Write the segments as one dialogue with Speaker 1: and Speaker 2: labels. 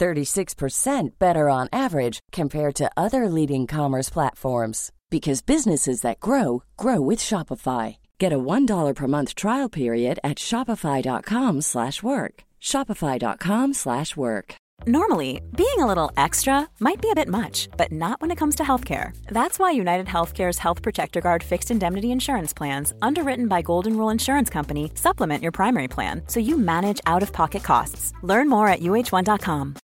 Speaker 1: 36% better on average compared to other leading commerce platforms because businesses that grow grow with Shopify. Get a $1 per month trial period at shopify.com/work. shopify.com/work.
Speaker 2: Normally, being a little extra might be a bit much, but not when it comes to healthcare. That's why United Healthcare's Health Protector Guard fixed indemnity insurance plans, underwritten by Golden Rule Insurance Company, supplement your primary plan so you manage out of pocket costs. Learn more at uh1.com.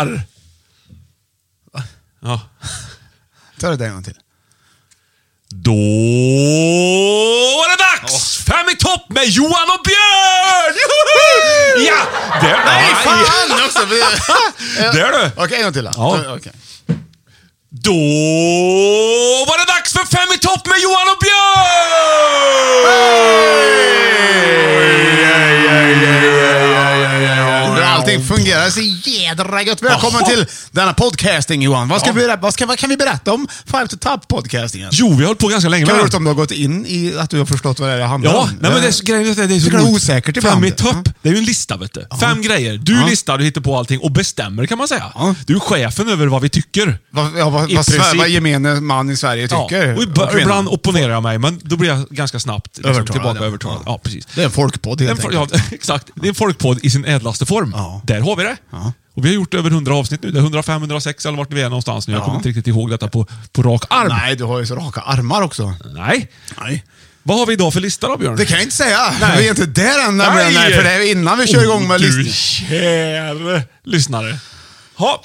Speaker 3: Arr. Va? Ja.
Speaker 4: Ta det där en gång till.
Speaker 3: Då är det dags! Fem i topp med Johan och Björn! Juhu! Ja! Där,
Speaker 4: Nej,
Speaker 3: aj.
Speaker 4: fan också!
Speaker 3: Där du!
Speaker 4: Okej, en gång till då.
Speaker 3: Ja.
Speaker 4: Okej.
Speaker 3: Då var det dags för Fem i topp med Johan och Björn!
Speaker 4: Undrar allting fungerar så jädra gött. Välkommen
Speaker 3: Jaha.
Speaker 4: till denna podcasting Johan. Vad, ska
Speaker 3: Ja.
Speaker 4: vi, berä- vad, ska, vad kan vi berätta om Five to Top podcastingen?
Speaker 3: Jo, vi har hållit på ganska länge
Speaker 4: Kan vara
Speaker 3: med
Speaker 4: roligt
Speaker 3: det.
Speaker 4: om du har gått in i att du har förstått vad det är det handlar
Speaker 3: Ja,
Speaker 4: om. Eh,
Speaker 3: nej, men det är, så- grejen är att det är så
Speaker 4: tycker det är
Speaker 3: roligt.
Speaker 4: osäkert ibland.
Speaker 3: Fem i topp,
Speaker 4: Ja.
Speaker 3: det är ju en lista vet du. Fem grejer. Du
Speaker 4: Ja.
Speaker 3: listar, du hittar på allting och bestämmer kan man säga.
Speaker 4: Ja.
Speaker 3: Du är chefen över vad vi tycker.
Speaker 4: Vad, ja, vad,
Speaker 3: I
Speaker 4: vad,
Speaker 3: princip.
Speaker 4: Sver- vad gemene man i Sverige tycker.
Speaker 3: Ja, och
Speaker 4: om
Speaker 3: ibland,
Speaker 4: kvinnor.
Speaker 3: ibland opponerar jag mig, men då blir jag ganska snabbt liksom,
Speaker 4: Övertalad,
Speaker 3: tillbaka
Speaker 4: ja.
Speaker 3: övertalad. Ja, precis.
Speaker 4: Det är en folkpodd helt
Speaker 3: En fol- ja,
Speaker 4: enkelt.
Speaker 3: exakt. Det är en folkpodd i sin ädlaste form.
Speaker 4: Ja.
Speaker 3: Där har vi det.
Speaker 4: Ja.
Speaker 3: Och vi har gjort över 100 avsnitt nu. Det är 105, 106 eller vart vi är någonstans nu. Jag
Speaker 4: Ja.
Speaker 3: kommer inte riktigt ihåg detta på, på rak arm.
Speaker 4: Nej, du har ju så raka armar också.
Speaker 3: Nej.
Speaker 4: Nej.
Speaker 3: Vad har vi idag för lista då, Björn?
Speaker 4: Det kan jag inte säga.
Speaker 3: Nej.
Speaker 4: Vi är inte där än nämligen, nej. för det är innan vi kör igång med
Speaker 3: Åh, Du
Speaker 4: lyssningen.
Speaker 3: käre lyssnare. Ha.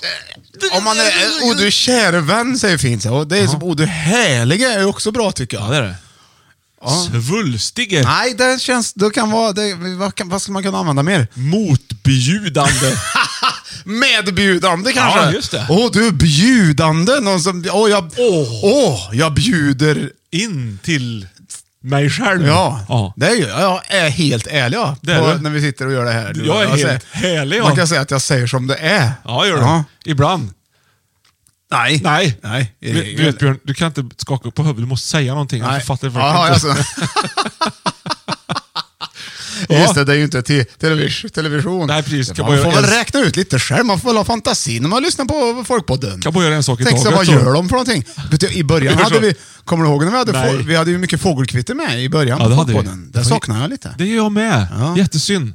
Speaker 4: Om man är, och du käre vän säger fint så. Och det är som, och du härliga är också bra tycker
Speaker 3: Ja,
Speaker 4: jag.
Speaker 3: det är det. Svulstige.
Speaker 4: Nej, det känns, det kan vara, det, vad, kan, vad skulle man kunna använda mer?
Speaker 3: Motbjudande.
Speaker 4: Medbjudande kanske?
Speaker 3: Ja, just det.
Speaker 4: Åh, du är bjudande. Någon som, åh, jag,
Speaker 3: Åh.
Speaker 4: åh, jag bjuder.
Speaker 3: In till mig själv.
Speaker 4: Ja,
Speaker 3: ja.
Speaker 4: det är ju, jag är helt ärlig ja,
Speaker 3: Det är
Speaker 4: på,
Speaker 3: du.
Speaker 4: när vi sitter och gör det här. Du,
Speaker 3: Jag är helt
Speaker 4: säger-
Speaker 3: härlig, ja.
Speaker 4: Man kan säga att jag säger som det är.
Speaker 3: Ja, gör det. Ibland.
Speaker 4: Nej.
Speaker 3: Nej.
Speaker 4: Nej.
Speaker 3: Du, du vet Björn, du kan inte skaka på huvudet. Du måste säga någonting.
Speaker 4: Nej.
Speaker 3: Jag fattar
Speaker 4: Jaha,
Speaker 3: verkligen inte.
Speaker 4: alltså. Just det, det är ju inte te- televis- television.
Speaker 3: Nej, precis. Kan
Speaker 4: man
Speaker 3: man
Speaker 4: får
Speaker 3: göra
Speaker 4: väl
Speaker 3: en-
Speaker 4: räkna ut lite själv. Man får väl ha fantasi när man lyssnar på Folkpodden.
Speaker 3: Kan bara göra en sak i
Speaker 4: Tänk sig,
Speaker 3: taget,
Speaker 4: vad
Speaker 3: så.
Speaker 4: gör de för någonting? Vet du, I början
Speaker 3: Gör så.
Speaker 4: hade vi, kommer du ihåg när vi hade,
Speaker 3: Nej.
Speaker 4: fol- vi hade ju mycket fågelkvitter med i början
Speaker 3: Ja,
Speaker 4: på
Speaker 3: det hade vi.
Speaker 4: Folkpodden. Det
Speaker 3: Får-
Speaker 4: saknar jag lite.
Speaker 3: Det gör jag med.
Speaker 4: Ja.
Speaker 3: Jättesynd.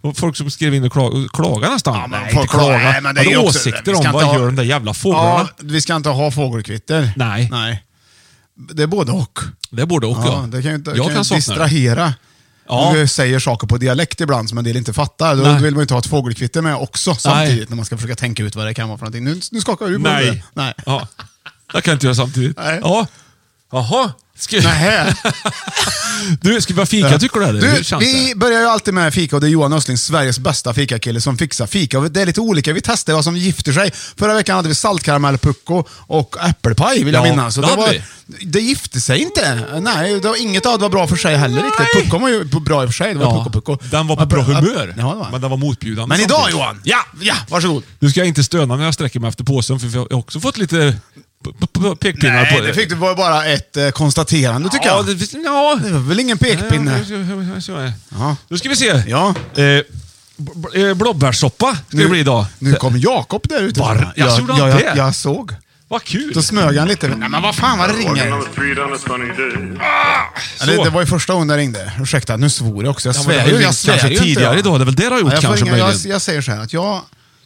Speaker 3: Och folk som skrev in och klaga, klagar nästan.
Speaker 4: Ja, men folk klagar, men det är
Speaker 3: Hade
Speaker 4: ju också- vi
Speaker 3: åsikter
Speaker 4: ska
Speaker 3: om vad
Speaker 4: inte ha-
Speaker 3: gör de där jävla
Speaker 4: Ja,
Speaker 3: fåglarna?
Speaker 4: vi ska inte ha fågelkvitter.
Speaker 3: Nej.
Speaker 4: Nej. Det är både och.
Speaker 3: Det borde åka.
Speaker 4: Ja, det kan ju, inte-
Speaker 3: jag
Speaker 4: kan
Speaker 3: kan,
Speaker 4: ju
Speaker 3: sakna det.
Speaker 4: distrahera.
Speaker 3: Ja.
Speaker 4: Om vi säger saker på dialekt ibland som en del inte fattar, då
Speaker 3: Nej.
Speaker 4: vill man ju inte ha ett fågelkvitter med också samtidigt när man ska försöka tänka ut vad det kan vara för någonting. Nu, nu skakar du på
Speaker 3: Nej.
Speaker 4: huvudet. Nej.
Speaker 3: Ja. Jag kan inte göra samtidigt.
Speaker 4: Nej.
Speaker 3: Ja. Jaha. Ska,
Speaker 4: Nähä.
Speaker 3: du, ska vi börja fika tycker du? Eller?
Speaker 4: Du,
Speaker 3: Hur känns
Speaker 4: vi
Speaker 3: det?
Speaker 4: börjar ju alltid med fika och det är Johan Östling, Sveriges bästa fikakille, som fixar fika. Och Det är lite olika, vi testar vad som gifter sig. Förra veckan hade vi saltkaramellpucko och äppelpaj vill jag
Speaker 3: Ja,
Speaker 4: minnas. Och
Speaker 3: det
Speaker 4: det,
Speaker 3: hade
Speaker 4: var, det gifte sig inte. Nej, det var inget av det var bra för sig heller riktigt. Pucko var ju bra i och för sig. Det var
Speaker 3: Ja.
Speaker 4: pucko-pucko.
Speaker 3: Den var på bra humör,
Speaker 4: Ja, det var.
Speaker 3: men
Speaker 4: Men,
Speaker 3: den var motbjudande.
Speaker 4: idag
Speaker 3: samtidigt.
Speaker 4: Johan!
Speaker 3: Ja!
Speaker 4: ja varsågod.
Speaker 3: Nu ska jag inte stöna när jag sträcker mig efter påsen, för vi har också fått lite p- p- p- pekpinnar
Speaker 4: Nej,
Speaker 3: på
Speaker 4: det fick du var bara ett eh, konstaterande tycker
Speaker 3: ja,
Speaker 4: jag.
Speaker 3: det finns- ja.
Speaker 4: Det var väl ingen pekpinne? Ja.
Speaker 3: Ja. Nu ska vi se.
Speaker 4: Ja.
Speaker 3: Eh, b- b- eh, blåbärssoppa ska det bli idag.
Speaker 4: Nu kom Jakob där ute.
Speaker 3: Var-
Speaker 4: jag,
Speaker 3: Jaså,
Speaker 4: jag,
Speaker 3: gjorde han
Speaker 4: jag,
Speaker 3: det?
Speaker 4: jag såg.
Speaker 3: Vad kul!
Speaker 4: Då smög han lite. Nej, men vad fan vad det ringer.
Speaker 3: Så.
Speaker 4: Ja, det, det var ju första gången det ringde. Ursäkta, nu svor jag också. Jag
Speaker 3: Ja, men det
Speaker 4: svär
Speaker 3: har
Speaker 4: ju.
Speaker 3: ringt
Speaker 4: Jag svär
Speaker 3: kanske
Speaker 4: ju inte,
Speaker 3: tidigare
Speaker 4: ja.
Speaker 3: idag. Det är väl det du har gjort
Speaker 4: jag får
Speaker 3: kanske,
Speaker 4: ringa, jag,
Speaker 3: möjligen.
Speaker 4: jag säger så här att jag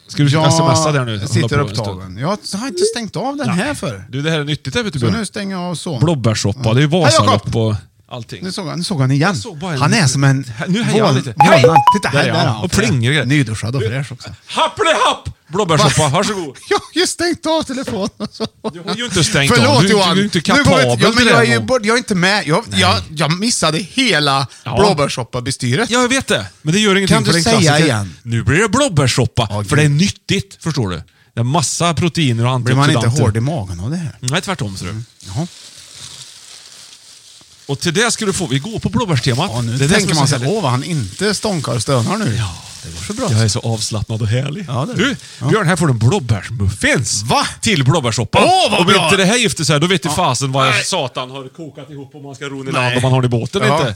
Speaker 3: Ska du smsa där nu?
Speaker 4: Jag
Speaker 3: Hålla
Speaker 4: sitter
Speaker 3: på en stund.
Speaker 4: upptagen. Jag har inte stängt av den här för.
Speaker 3: Du, det här är nyttigt här vet du.
Speaker 4: Så
Speaker 3: Björn.
Speaker 4: nu stänger jag av så.
Speaker 3: Blåbärssoppa,
Speaker 4: Ja.
Speaker 3: det är ju
Speaker 4: Hej, Jakob!
Speaker 3: Vasalopp och allting.
Speaker 4: Nu såg, han, nu såg han igen.
Speaker 3: såg bara en
Speaker 4: han är
Speaker 3: liten-
Speaker 4: som en...
Speaker 3: Nu hejar han
Speaker 4: vål-
Speaker 3: lite.
Speaker 4: vålnad.
Speaker 3: Hej!
Speaker 4: Titta,
Speaker 3: Där
Speaker 4: här
Speaker 3: är
Speaker 4: där
Speaker 3: han.
Speaker 4: är han.
Speaker 3: Och plingar och grejer.
Speaker 4: Nyduschad och fräsch också.
Speaker 3: Happelihapp! Blåbärssoppa, varsågod.
Speaker 4: Jag har ju stängt av telefonen. och så.
Speaker 3: Du har ju inte stängt av.
Speaker 4: Förlåt
Speaker 3: Du är inte-
Speaker 4: Johan.
Speaker 3: Du är inte
Speaker 4: Nu går jag
Speaker 3: kapabel
Speaker 4: inte- ja, men
Speaker 3: till det.
Speaker 4: jag, är ju
Speaker 3: här.
Speaker 4: bort- jag är inte med. Jag, jag, jag missade hela
Speaker 3: Ja.
Speaker 4: blåbärssoppa-bestyret.
Speaker 3: Ja, jag vet det. Men det gör ingenting.
Speaker 4: Kan
Speaker 3: för
Speaker 4: du
Speaker 3: det är en
Speaker 4: säga
Speaker 3: klassiker.
Speaker 4: igen?
Speaker 3: Nu blir det blåbärssoppa.
Speaker 4: Ja,
Speaker 3: för
Speaker 4: gud.
Speaker 3: det är nyttigt, förstår du. Det är massa proteiner och
Speaker 4: Blir man
Speaker 3: antioxidanter.
Speaker 4: inte hård i magen av det här?
Speaker 3: Nej, tvärtom ser du.
Speaker 4: Jaha.
Speaker 3: Och till det ska du få... Vi går på blåbärstemat.
Speaker 4: Ja, nu
Speaker 3: det är det som
Speaker 4: tänker
Speaker 3: är
Speaker 4: man
Speaker 3: så
Speaker 4: sig,
Speaker 3: härligt.
Speaker 4: åh vad han inte stånkar och stönar nu. Ja, det går så bra.
Speaker 3: Jag är så avslappnad och härlig.
Speaker 4: Ja, det är
Speaker 3: du,
Speaker 4: det. Ja.
Speaker 3: Björn, här får du en blåbärsmuffins.
Speaker 4: Va?
Speaker 3: Till blåbärssoppa.
Speaker 4: Åh, vad
Speaker 3: Om
Speaker 4: bra!
Speaker 3: inte det här gifter sig, då vet du fasen vad
Speaker 4: Nej.
Speaker 3: satan har kokat ihop om man ska ro den i
Speaker 4: Nej.
Speaker 3: land om man har den i båten
Speaker 4: Ja.
Speaker 3: inte.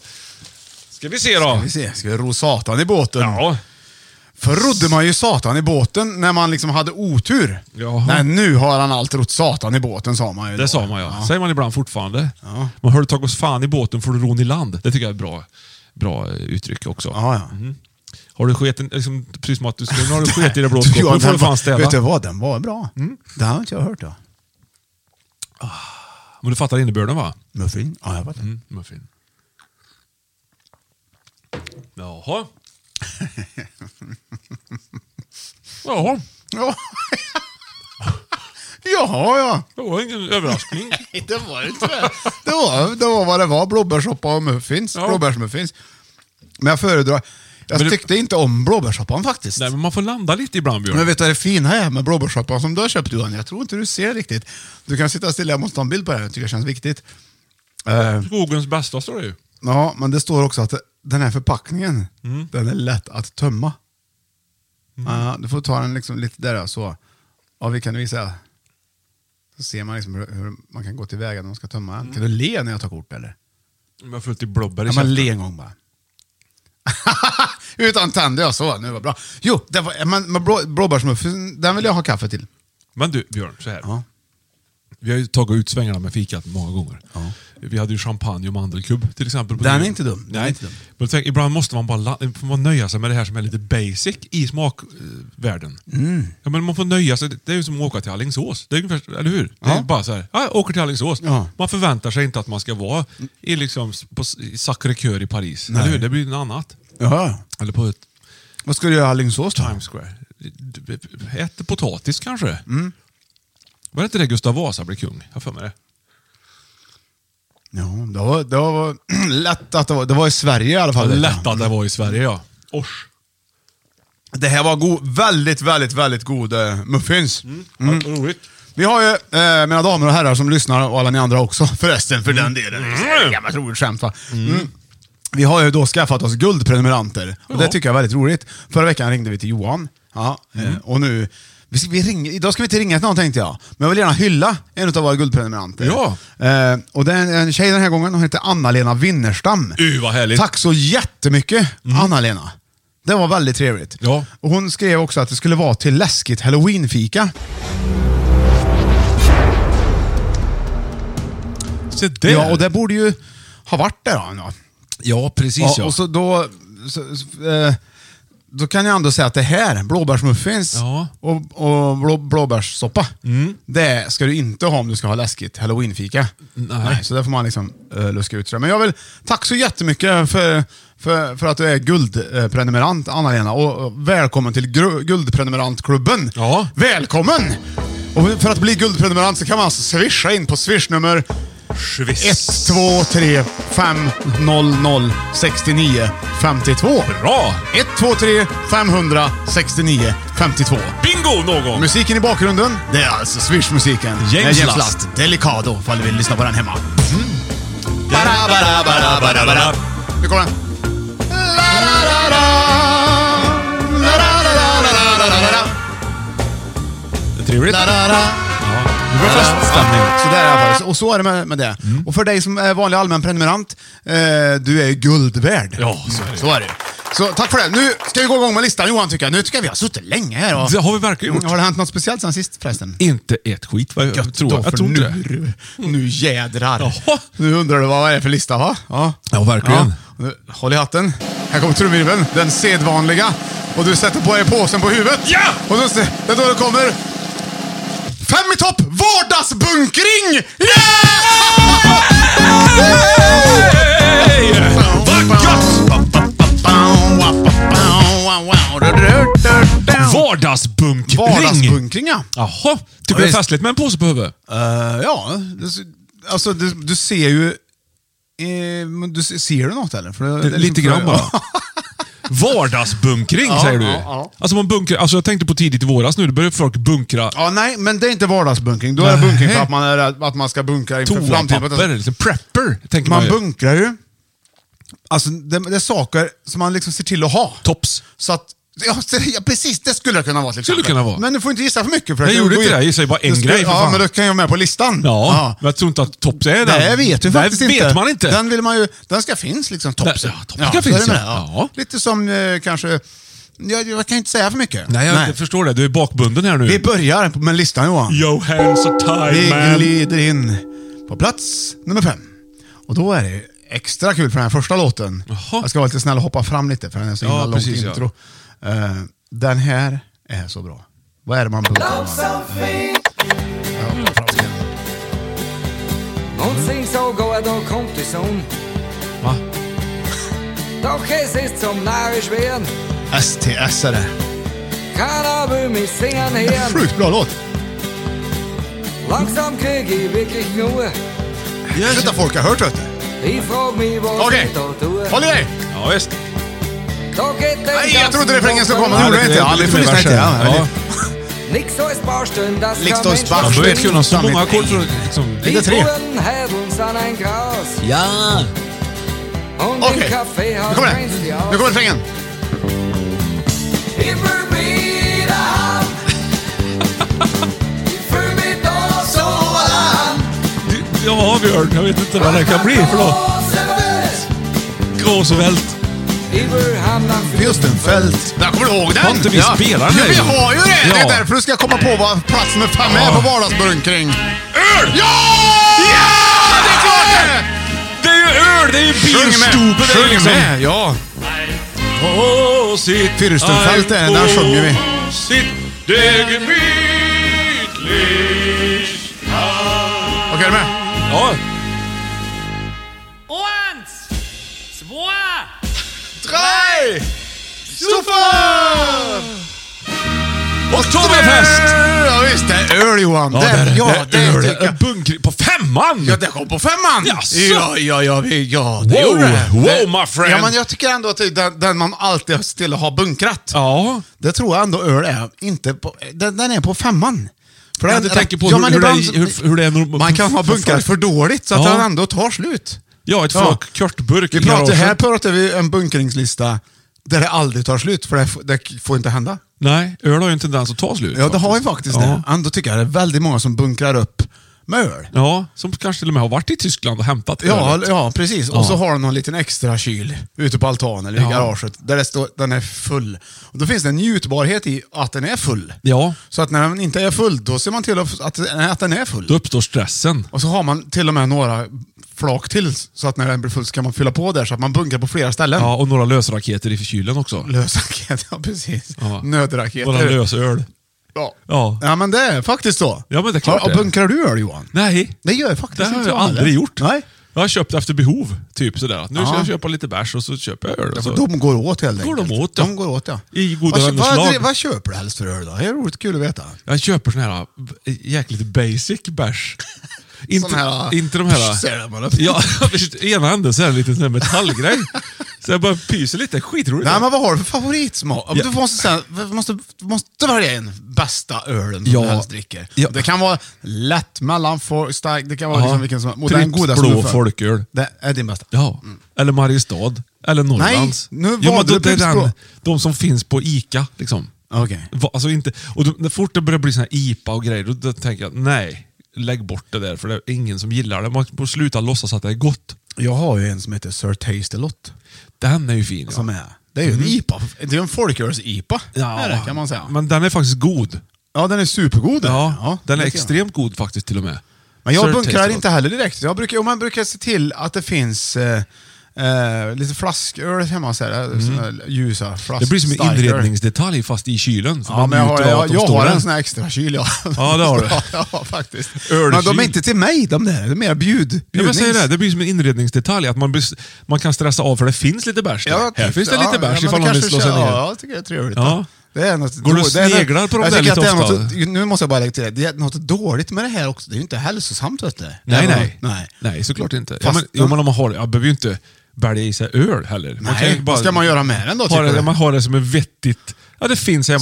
Speaker 3: Ska vi se då.
Speaker 4: Vi ser, ska vi ro satan i båten?
Speaker 3: Ja.
Speaker 4: Förr rodde man ju satan i båten när man liksom hade otur.
Speaker 3: Jaha.
Speaker 4: Nej, nu har han allt rott satan i båten sa man ju. då.
Speaker 3: Det sa man ja. säger man ibland fortfarande.
Speaker 4: Ja.
Speaker 3: Man hör du tagit oss fan i båten får du ron i land. Det tycker jag är bra, bra eh, uttryck också.
Speaker 4: Ja, ja.
Speaker 3: Mm. Har du sketen, liksom, precis som att du ska, nu har du sket i det blå
Speaker 4: Du,
Speaker 3: skåpet, nu får
Speaker 4: den
Speaker 3: du
Speaker 4: var-
Speaker 3: fan städa. Mm.
Speaker 4: Vet du vad? Den var bra. Det har inte jag hört. Då.
Speaker 3: Men du fattar innebörden va?
Speaker 4: Muffin? Ja, jag vet det.
Speaker 3: Mm, vad fin. Jaha. Jaha,
Speaker 4: Ja. Jaha, ja.
Speaker 3: det var ingen överraskning.
Speaker 4: Det var det inte. Det var, det var vad det var. Blåbärssoppa och muffins.
Speaker 3: Ja.
Speaker 4: Blåbärsmuffins. Men jag föredrar... Jag
Speaker 3: Men du-
Speaker 4: tyckte inte om blåbärssoppan faktiskt.
Speaker 3: Nej, men man får landa lite ibland Björn.
Speaker 4: Men vet du vad det fina är med blåbärssoppan som du har köpt Johan? Jag tror inte du ser riktigt. Du kan sitta still, jag måste ta en bild på det här. Jag tycker det känns viktigt. Eh,
Speaker 3: Skogens bästa står det ju.
Speaker 4: ja, men det står också att den här förpackningen,
Speaker 3: Mm.
Speaker 4: den är lätt att tömma. Ja, du får ta den liksom lite där så. Ja, vi kan visa. Så ser man liksom hur, hur man kan gå tillväga när man ska tömma den.
Speaker 3: Mm.
Speaker 4: Kan du le när jag tar kort eller?
Speaker 3: Jag har fullt i blubber i
Speaker 4: Ja, men
Speaker 3: käften.
Speaker 4: le en gång bara. Utan tänder jag så, nu var bra. Jo, det var, men, men blå, blåbärsmuffin, den vill jag ha kaffe till.
Speaker 3: Men du Björn, så här. Vi har ju tagit ut svängarna med fikat många gånger.
Speaker 4: Ja.
Speaker 3: Vi hade ju champagne och mandelkubb till exempel. på
Speaker 4: Den är
Speaker 3: menyn.
Speaker 4: inte dum. Den
Speaker 3: Nej.
Speaker 4: är inte dum.
Speaker 3: Men tänk, ibland måste man bara la- får man nöja sig med det här som är lite basic i smakvärlden.
Speaker 4: Mm.
Speaker 3: Ja, men man får nöja sig. Det är ju som att åka till Alingsås. Det är ungefär, eller hur? Det är
Speaker 4: Ja.
Speaker 3: ju bara så här, ja, jag åker till Alingsås.
Speaker 4: Ja.
Speaker 3: Man förväntar sig inte att man ska vara i, liksom, på s- i Sacré-Cœur i Paris.
Speaker 4: Nej.
Speaker 3: Eller hur? Det blir något annat.
Speaker 4: Jaha.
Speaker 3: Eller på ett
Speaker 4: Vad ska du göra i Alingsås då?
Speaker 3: Times Square. Ät potatis kanske?
Speaker 4: Mm.
Speaker 3: Var det inte det Gustav Vasa blev kung? Jag har för mig det.
Speaker 4: Ja, det var, det var lätt att det var, det var i Sverige i alla fall. vet jag.
Speaker 3: Lätt att det var i Sverige ja. Ors.
Speaker 4: Det här var go- väldigt, väldigt, väldigt goda muffins.
Speaker 3: Mm. Roligt.
Speaker 4: Vi har ju, eh, mina damer och herrar som lyssnar och alla ni andra också förresten, för den delen. Mm. Gammalt roligt skämt va? Mm. Vi har ju då skaffat oss guldprenumeranter. Och det
Speaker 3: Ja.
Speaker 4: tycker jag är väldigt roligt. Förra veckan ringde vi till Johan. Ja,
Speaker 3: Mm.
Speaker 4: eh, och nu, vi, ska- vi ringer, idag ska vi inte ringa till någon tänkte jag. Men jag vill gärna hylla en av våra guldprenumeranter.
Speaker 3: Ja.
Speaker 4: Eh, och det är en, en tjej den här gången, hon heter Anna-Lena Winnerstam.
Speaker 3: Uh, vad härligt.
Speaker 4: Tack så jättemycket Anna-Lena. Det var väldigt trevligt.
Speaker 3: Ja.
Speaker 4: Och hon skrev också att det skulle vara till läskigt halloweenfika.
Speaker 3: Se där.
Speaker 4: Ja, och det borde ju ha varit det då. ändå.
Speaker 3: ja precis ja.
Speaker 4: Ja, och så då, så, så, eh, då kan jag ändå säga att det här, blåbärsmuffins
Speaker 3: Ja. Mm.
Speaker 4: och, och blå, blåbärssoppa, det ska du inte ha om du ska ha läskigt halloweenfika.
Speaker 3: Nej.
Speaker 4: så där får man liksom eh, luska ut sig. Men jag vill, tack så jättemycket för, för, för att du är guldprenumerant Anna-Lena och och välkommen till gru- guldprenumerantklubben.
Speaker 3: Ja.
Speaker 4: Välkommen! Och för att bli guldprenumerant så kan man alltså swisha in på swishnummer
Speaker 3: Schviss.
Speaker 4: 1, 2, 3, 5, 0, 0, 69, 52.
Speaker 3: Bra!
Speaker 4: 1, 2, 3, 500, 69, 52.
Speaker 3: Bingo någon!
Speaker 4: Musiken i bakgrunden, det är alltså Swish-musiken. med
Speaker 3: James
Speaker 4: James
Speaker 3: Last. Mm.
Speaker 4: Last. Delicado, ifall du vill lyssna på den hemma.
Speaker 3: Bara, bara, bara, bara, bara.
Speaker 4: Nu kommer den.
Speaker 3: Trevligt. Det Mm. var fest stämning.
Speaker 4: Så där är det i alla fall. Och så är det med, med det. Och för dig som är vanlig allmän prenumerant, eh, du är ju guld värd.
Speaker 3: Ja, så är det.
Speaker 4: Mm, så är det. Så tack för det. Nu ska vi gå igång med listan Johan tycker jag. Nu tycker jag vi har suttit länge här. Och...
Speaker 3: Det har vi verkligen gjort.
Speaker 4: Har det hänt något speciellt sen sist förresten?
Speaker 3: Inte ett skit vad jag
Speaker 4: Gött
Speaker 3: tror.
Speaker 4: då,
Speaker 3: Jag,
Speaker 4: för
Speaker 3: jag tror inte det.
Speaker 4: nu, nu jädrar.
Speaker 3: Jaha.
Speaker 4: Nu undrar du vad det är för lista va? Ja,
Speaker 3: Ja, verkligen.
Speaker 4: Ja. Nu, Håll i hatten. Här kommer trumvirveln, den sedvanliga. Och du sätter på dig påsen på huvudet.
Speaker 3: Ja!
Speaker 4: Och då, se- det är då det kommer... Fem i topp! Vardagsbunkring!
Speaker 3: Hey! Vad gött! Vardagsbunkring!
Speaker 4: Vardagsbunkring, ja.
Speaker 3: Jaha,
Speaker 4: Ja,
Speaker 3: tycker du det är
Speaker 4: visst.
Speaker 3: festligt med en påse på huvudet?
Speaker 4: Eh, ja, det s- alltså du, du ser ju... eh, men du, se- ser du något eller? För det- det är
Speaker 3: Lite
Speaker 4: liksom-
Speaker 3: grann bara. Vardagsbunkring
Speaker 4: Ja,
Speaker 3: säger du
Speaker 4: ja, ja.
Speaker 3: Alltså man bunkrar, alltså jag tänkte på tidigt i våras nu, då började folk bunkra
Speaker 4: Ja, nej, men det är inte vardagsbunkring. Då är det
Speaker 3: Nej.
Speaker 4: bunkring för att man, är, rädd- att man ska bunkra inför
Speaker 3: toapapper,
Speaker 4: framtiden.
Speaker 3: liksom prepper, tänker man,
Speaker 4: Man
Speaker 3: ju.
Speaker 4: bunkrar ju. Alltså, det, det är saker som man liksom ser till att ha.
Speaker 3: Tops.
Speaker 4: Så att, ja, så- ja, precis. Det skulle det kunna vara till
Speaker 3: Skulle
Speaker 4: exempel.
Speaker 3: kunna vara.
Speaker 4: Men du får inte gissa för mycket. För
Speaker 3: Jag
Speaker 4: kan
Speaker 3: gjorde
Speaker 4: gå
Speaker 3: inte det.
Speaker 4: in-
Speaker 3: Jag gissade ju bara en
Speaker 4: skulle-
Speaker 3: grej, för
Speaker 4: Ja,
Speaker 3: fan.
Speaker 4: men då kan jag med på listan.
Speaker 3: Ja, men jag tror inte att tops är den.
Speaker 4: Nej, jag vet ju
Speaker 3: Nej,
Speaker 4: faktiskt
Speaker 3: vet
Speaker 4: inte.
Speaker 3: man inte.
Speaker 4: Den, vill man ju, den ska finnas liksom, tops.
Speaker 3: Ja, tops ska finnas,
Speaker 4: så är det
Speaker 3: ja.
Speaker 4: med det,
Speaker 3: Ja.
Speaker 4: Lite som eh, kanske... Jag, jag kan ju inte säga för mycket.
Speaker 3: Nej, jag förstår det. Du är bakbunden här nu.
Speaker 4: Vi börjar med listan Johan.
Speaker 3: Yo, hands are tied
Speaker 4: Vi
Speaker 3: man.
Speaker 4: glider in på plats nummer fem. Och då är det extra kul för den här första låten.
Speaker 3: Jaha.
Speaker 4: Jag ska vara lite snäll och hoppa fram lite för den är så himla
Speaker 3: Ja,
Speaker 4: långt
Speaker 3: precis, ja.
Speaker 4: intro. Eh, den här är så bra. Vad är det man bunkrar? Man? Jag hoppar fram igen.
Speaker 5: Någonting så går jag då kompis hon.
Speaker 3: Va?
Speaker 5: Dock är sist som näringsben.
Speaker 4: STS är det.
Speaker 5: Kan ha bummis singen hen.
Speaker 4: Sjukt bra låt.
Speaker 5: Långsam krig i vilket nu.
Speaker 4: Detta folk har hört vet du.
Speaker 5: Ifråg mig vad
Speaker 4: Okej. Håll i dig!
Speaker 3: Ja, visst.
Speaker 4: Nej, jag trodde refrängen skulle komma.
Speaker 3: Ja,
Speaker 4: Det gjorde
Speaker 3: det-
Speaker 4: den inte.
Speaker 3: det-
Speaker 4: Ja,
Speaker 3: det-
Speaker 4: ni
Speaker 3: det-
Speaker 4: får
Speaker 3: det-
Speaker 4: lyssna
Speaker 3: det-
Speaker 4: inte.
Speaker 3: det-
Speaker 4: Ja,
Speaker 3: ja.
Speaker 4: eller-
Speaker 5: Nix och sparsten, das
Speaker 4: Liegt euch
Speaker 3: Man
Speaker 4: Barsten.
Speaker 3: börjar kunna så många ackord från...
Speaker 4: Lite
Speaker 3: Liksom,
Speaker 4: tre.
Speaker 5: ein Gras.
Speaker 3: ja.
Speaker 5: Und
Speaker 4: Okej.
Speaker 5: im Café
Speaker 4: Nu
Speaker 5: hat
Speaker 4: kommer den.
Speaker 5: keins Glas.
Speaker 4: Nu kommer refrängen.
Speaker 5: Immer wieder an. Ich fühl mich da so an.
Speaker 3: Ja, Björn. Jag vet inte vad det här kan bli för något.
Speaker 5: Rosenfest.
Speaker 3: Gåsvält.
Speaker 5: Über Hamnan
Speaker 4: Fürstenfeld. Där kommer du ihåg den?
Speaker 3: Har inte vi spelat
Speaker 4: Jo,
Speaker 3: den?
Speaker 4: vi har ju det! Det
Speaker 3: Ja.
Speaker 4: är därför du ska komma på vad plats med fem är
Speaker 3: Ja.
Speaker 4: på vardagsbunkring. Öl! Ja! Ja! Det är klart det är!
Speaker 3: Det är ju öl! Det är ju bilstuben! det är
Speaker 4: Sjung
Speaker 3: liksom-
Speaker 4: med! Ja.
Speaker 3: Åh, sitt
Speaker 4: Fyrstenfält är det, där sjunger vi.
Speaker 3: Åh, sitt degemütlich.
Speaker 4: Okej, är du med?
Speaker 3: Ja,
Speaker 6: Eins, zwei,
Speaker 4: Tre! Stoffa!
Speaker 3: Oktoberfest!
Speaker 4: Ja, visst. Det är öl, Johan.
Speaker 3: Ja,
Speaker 4: det, är-
Speaker 3: där,
Speaker 4: ja,
Speaker 3: där,
Speaker 4: det
Speaker 3: där, där,
Speaker 4: tycker jag.
Speaker 3: Bunkring på femman!
Speaker 4: Ja, det kom på femman!
Speaker 3: Jaså?
Speaker 4: Ja, ja, ja, vi- ja, det
Speaker 3: Wow,
Speaker 4: gjorde det.
Speaker 3: wow,
Speaker 4: Det-
Speaker 3: my friend.
Speaker 4: Ja, men jag tycker ändå att det är den, den man alltid har sett till att ha bunkrat.
Speaker 3: Ja.
Speaker 4: Det tror jag ändå öl är. Inte på, den, den är på femman. För
Speaker 3: Ja,
Speaker 4: den-
Speaker 3: du
Speaker 4: den-
Speaker 3: tänker på hur-
Speaker 4: men
Speaker 3: hur det är-
Speaker 4: ibland-
Speaker 3: hur- hur det är normalt-
Speaker 4: Man kan ha
Speaker 3: för-
Speaker 4: bunkrat
Speaker 3: för-
Speaker 4: för dåligt så att
Speaker 3: Ja.
Speaker 4: den ändå tar slut.
Speaker 3: Ja, ett
Speaker 4: Ja.
Speaker 3: flak körtburk i
Speaker 4: Vi pratar,
Speaker 3: garaget.
Speaker 4: här pratar vi en bunkringslista där det aldrig tar slut, för det, f- det får inte hända.
Speaker 3: Nej, öl har ju en tendens att ta slut.
Speaker 4: Ja, det har vi faktiskt
Speaker 3: Ja.
Speaker 4: det. Ändå tycker jag det är väldigt många som bunkrar upp med öl.
Speaker 3: Ja, som kanske till och med har varit i Tyskland och hämtat
Speaker 4: Ja,
Speaker 3: ölet.
Speaker 4: ja precis. Och så har de någon liten extra kyl ute på altanen eller i
Speaker 3: Ja.
Speaker 4: garaget där det står den är full. Och då finns det en njutbarhet i att den är full.
Speaker 3: Ja.
Speaker 4: Så att när den inte är full, då ser man till att, att, att den är full.
Speaker 3: Då uppstår stressen.
Speaker 4: Och så har man till och med några flak till, så att när den blir full så kan man fylla på där, så att man bunkrar på flera ställen.
Speaker 3: Ja, och några lösraketer i kylen också.
Speaker 4: Lösraketer, ja precis.
Speaker 3: Ja.
Speaker 4: Nödraketer.
Speaker 3: Några lösöl.
Speaker 4: ja.
Speaker 3: Ja.
Speaker 4: ja, men det är faktiskt så.
Speaker 3: Ja, men det är klart
Speaker 4: Har-
Speaker 3: det är.
Speaker 4: Bunkrar du öl Johan?
Speaker 3: Nej,
Speaker 4: Det gör jag
Speaker 3: det
Speaker 4: faktiskt
Speaker 3: har
Speaker 4: inte.
Speaker 3: jag
Speaker 4: heller.
Speaker 3: aldrig gjort.
Speaker 4: Nej.
Speaker 3: Jag har köpt efter behov, typ sådär. Att Nu ska
Speaker 4: Ja.
Speaker 3: jag köpa lite bärs och så köper jag öl. Alltså,
Speaker 4: Ja,
Speaker 3: och
Speaker 4: för
Speaker 3: så.
Speaker 4: de går åt helt
Speaker 3: Går de
Speaker 4: enkelt.
Speaker 3: åt, ja.
Speaker 4: de går åt ja.
Speaker 3: I goda
Speaker 4: vad,
Speaker 3: vänners
Speaker 4: vad,
Speaker 3: lag.
Speaker 4: vad köper du helst för öl då? Det är roligt kul att veta.
Speaker 3: Jag köper sån här eh, jäkligt basic bärs. Inte,
Speaker 4: Sån här- eh,
Speaker 3: inte de här...
Speaker 4: Så är det bara.
Speaker 3: Ja, visst, ena änden så är det en liten sån här metallgrej. Så jag bara pyser lite. Skitroligt.
Speaker 4: Nej, men vad har du för favoritsmak?
Speaker 3: Ja.
Speaker 4: Du måste, säga, du måste, du måste välja en bästa ölen som
Speaker 3: Ja.
Speaker 4: du helst dricker.
Speaker 3: Ja.
Speaker 4: Det kan vara lätt, mellanfolk, stark, det kan vara
Speaker 3: Ja.
Speaker 4: liksom vilken som helst. Och
Speaker 3: Pripps
Speaker 4: den godaste
Speaker 3: blå
Speaker 4: du får.
Speaker 3: folköl.
Speaker 4: Det är din bästa.
Speaker 3: Ja. Mm. Eller Mariestad. Eller Norrlands.
Speaker 4: Nej, nu
Speaker 3: jo, men
Speaker 4: valde
Speaker 3: då,
Speaker 4: du
Speaker 3: det är
Speaker 4: Pripps
Speaker 3: den,
Speaker 4: blå.
Speaker 3: De som finns på ICA. Liksom.
Speaker 4: Okej.
Speaker 3: Va- Alltså inte, och då, när fort det börjar bli sån här IPA och grejer, då, då tänker jag nej, lägg bort det där för det är ingen som gillar det. Man måste sluta låtsas att det är gott.
Speaker 4: Jag har ju en som heter Sir Tastelot.
Speaker 3: Den är ju fin. Ja.
Speaker 4: Som är, det är ju en IPA. Det är ju en folköls-IPA. Mm. Ja. Det kan man säga.
Speaker 3: Men den är faktiskt god.
Speaker 4: ja, den är supergod.
Speaker 3: Ja, den är
Speaker 4: det kan jag.
Speaker 3: extremt god faktiskt till och med.
Speaker 4: Men jag
Speaker 3: Sir
Speaker 4: bunkrar
Speaker 3: Taste
Speaker 4: inte
Speaker 3: Lot.
Speaker 4: heller direkt. Jag brukar, och man brukar se till att det finns eh, Eh, lite flasköl hemma, så här, såna här ljusa flaskor.
Speaker 3: Mm. Det blir som en inredningsdetalj fast i kylen. för
Speaker 4: Ja,
Speaker 3: de
Speaker 4: men jag har,
Speaker 3: njuter av att
Speaker 4: jag,
Speaker 3: de
Speaker 4: jag
Speaker 3: står
Speaker 4: har
Speaker 3: där.
Speaker 4: en sån här extra kyl, ja.
Speaker 3: Ja, det har du.
Speaker 4: ja, ja, faktiskt.
Speaker 3: Ölkyl.
Speaker 4: Men de är inte till mig, de där. Det är mer bjud,
Speaker 3: Ja, men jag
Speaker 4: bjudnings.
Speaker 3: säger det, det blir som en inredningsdetalj. Att man, blir, man kan stressa av för det finns lite bärs där.
Speaker 4: Ja,
Speaker 3: Här
Speaker 4: typ.
Speaker 3: finns det lite bärs ifall
Speaker 4: men det
Speaker 3: man vill
Speaker 4: kanske
Speaker 3: slå sig
Speaker 4: känns-
Speaker 3: ner.
Speaker 4: Ja, jag tycker det är trevligt.
Speaker 3: Ja.
Speaker 4: Det är något
Speaker 3: Går du och
Speaker 4: det är något-
Speaker 3: sneglar på de
Speaker 4: jag
Speaker 3: där
Speaker 4: tycker
Speaker 3: lite
Speaker 4: att det är
Speaker 3: ofta?
Speaker 4: något, Nu måste jag bara lägga till det. Det är något dåligt med det här också. Det är ju inte hälsosamt, vet du.
Speaker 3: Nej,
Speaker 4: Det är
Speaker 3: nej.
Speaker 4: något- nej.
Speaker 3: Nej, såklart inte. ja,
Speaker 4: Fast-
Speaker 3: men, jo, men om man har, jag behöver ju inte bälja i sig öl heller. Man
Speaker 4: Nej,
Speaker 3: kan ju
Speaker 4: vad ska man göra med den då,
Speaker 3: Ha
Speaker 4: tycker
Speaker 3: det,
Speaker 4: du?
Speaker 3: man har det som är vettigt. Ja, det finns hemma.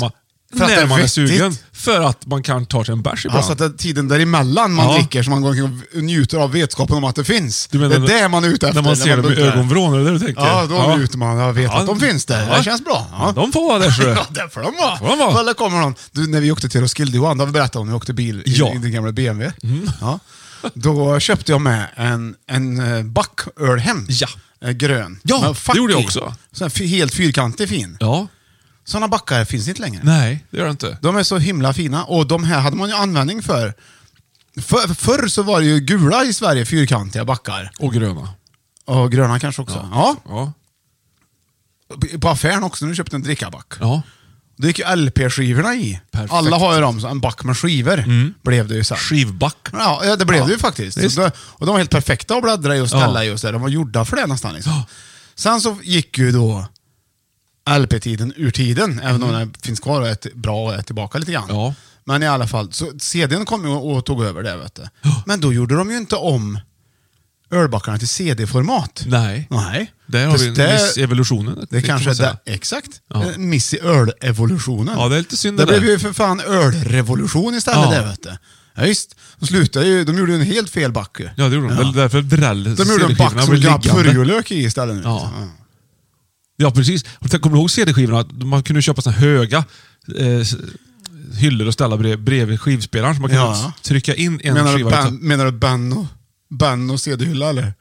Speaker 4: För att det
Speaker 3: när
Speaker 4: är
Speaker 3: man är
Speaker 4: vettigt.
Speaker 3: sugen. För att man kan ta sig en bärs ibland.
Speaker 4: Alltså att det är tiden däremellan man
Speaker 3: Ja.
Speaker 4: dricker så man går omkring och njuter av vetskapen om att det finns.
Speaker 3: Du menar
Speaker 4: det är det man är ute efter.
Speaker 3: När man ser dem i
Speaker 4: bunkrar.
Speaker 3: ögonvrån, är det det du tänker?
Speaker 4: Ja, då njuter man. Jag vet att de finns där.
Speaker 3: Ja.
Speaker 4: Det känns bra. Ja.
Speaker 3: De får vara där, ser du.
Speaker 4: Ja, där får de vara.
Speaker 3: Får de vara.
Speaker 4: Kolla, kommer de. Du, när vi åkte till Roskilde Johan, det har vi berättat om, när vi åkte bil i,
Speaker 3: Ja. Mm.
Speaker 4: i din gamla BMW. Ja. Då köpte jag med en, en eh, backöl hem.
Speaker 3: Ja.
Speaker 4: Eh, Grön.
Speaker 3: Ja,
Speaker 4: Med fack
Speaker 3: det gjorde jag
Speaker 4: i.
Speaker 3: också.
Speaker 4: Sån här, fy- helt fyrkantig fin.
Speaker 3: Ja.
Speaker 4: Såna backar finns inte längre.
Speaker 3: Nej, det gör det inte.
Speaker 4: De är så himla fina och de här hade man ju användning för. för förr så var det ju gula i Sverige, fyrkantiga backar.
Speaker 3: Och gröna.
Speaker 4: Och gröna kanske också. Ja.
Speaker 3: Ja.
Speaker 4: På affären också, när du köpte en drickaback.
Speaker 3: ja.
Speaker 4: Då gick ju LP-skivorna i.
Speaker 3: Perfekt.
Speaker 4: Alla har ju dem, så en back med skivor blev det ju sen.
Speaker 3: Skivback.
Speaker 4: Ja, ja, det blev
Speaker 3: Ja,
Speaker 4: det ju faktiskt.
Speaker 3: visst.
Speaker 4: Så då, och de var helt perfekta att bläddra i och
Speaker 3: Ja.
Speaker 4: ställa i och så där. De var gjorda för det nästan. Liksom. Sen så gick ju då LP-tiden ur tiden, även om den finns kvar och är till- bra och är tillbaka lite grann.
Speaker 3: Mm. Ja.
Speaker 4: Men i alla fall, så CDn kom ju och och tog över det. Vet du. Men då gjorde de ju inte om ölbackarna till CD-format.
Speaker 3: Nej.
Speaker 4: Nej.
Speaker 3: Där har
Speaker 4: Fast
Speaker 3: vi en
Speaker 4: det-
Speaker 3: miss i evolutionen.
Speaker 4: det, kanske
Speaker 3: kan
Speaker 4: är
Speaker 3: man
Speaker 4: det.
Speaker 3: säga.
Speaker 4: Exakt.
Speaker 3: Ja.
Speaker 4: En miss i ölevolutionen.
Speaker 3: Ja, det är lite synd
Speaker 4: det
Speaker 3: det där.
Speaker 4: blev ju för fan ölrevolution istället
Speaker 3: Ja.
Speaker 4: där vet du. Ja, visst. De slutade ju, de gjorde ju en helt fel back ju.
Speaker 3: Ja, det gjorde de. Det är därför dräll
Speaker 4: De gjorde en back som kan ha purjolök i istället nu. liksom.
Speaker 3: Ja. Ja, precis. Och tänk, Kommer du ihåg CD-skivorna? Att Man kunde köpa såna höga eh, s- hyllor och ställa brev, bredvid skivspelaren. Så man kunde
Speaker 4: Ja.
Speaker 3: s- trycka in en
Speaker 4: Menar, du
Speaker 3: skiva.
Speaker 4: ben, menar du Benno? Benno CD-hylla eller?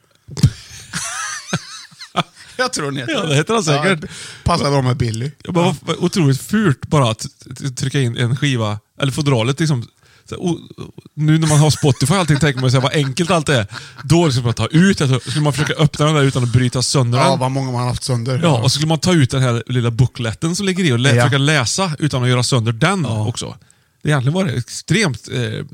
Speaker 4: Jag tror den heter
Speaker 3: Ja, det heter han säkert.
Speaker 4: Ja, passar bra med Billy.
Speaker 3: Jag bara, vad- vad otroligt fult bara att t- trycka in en skiva, eller fodralet liksom. Så, o, o- nu när man har Spotify och allting tänker man sig vad enkelt allt är. Då liksom bara ta ut det. så Skulle man försöka öppna den där utan att bryta sönder
Speaker 4: Ja,
Speaker 3: den.
Speaker 4: vad många man har haft sönder.
Speaker 3: Ja, och så skulle man ta ut den här lilla bukletten som ligger i och lä-
Speaker 4: Ja.
Speaker 3: försöka läsa utan att göra sönder den också. Det egentligen var det extremt eh,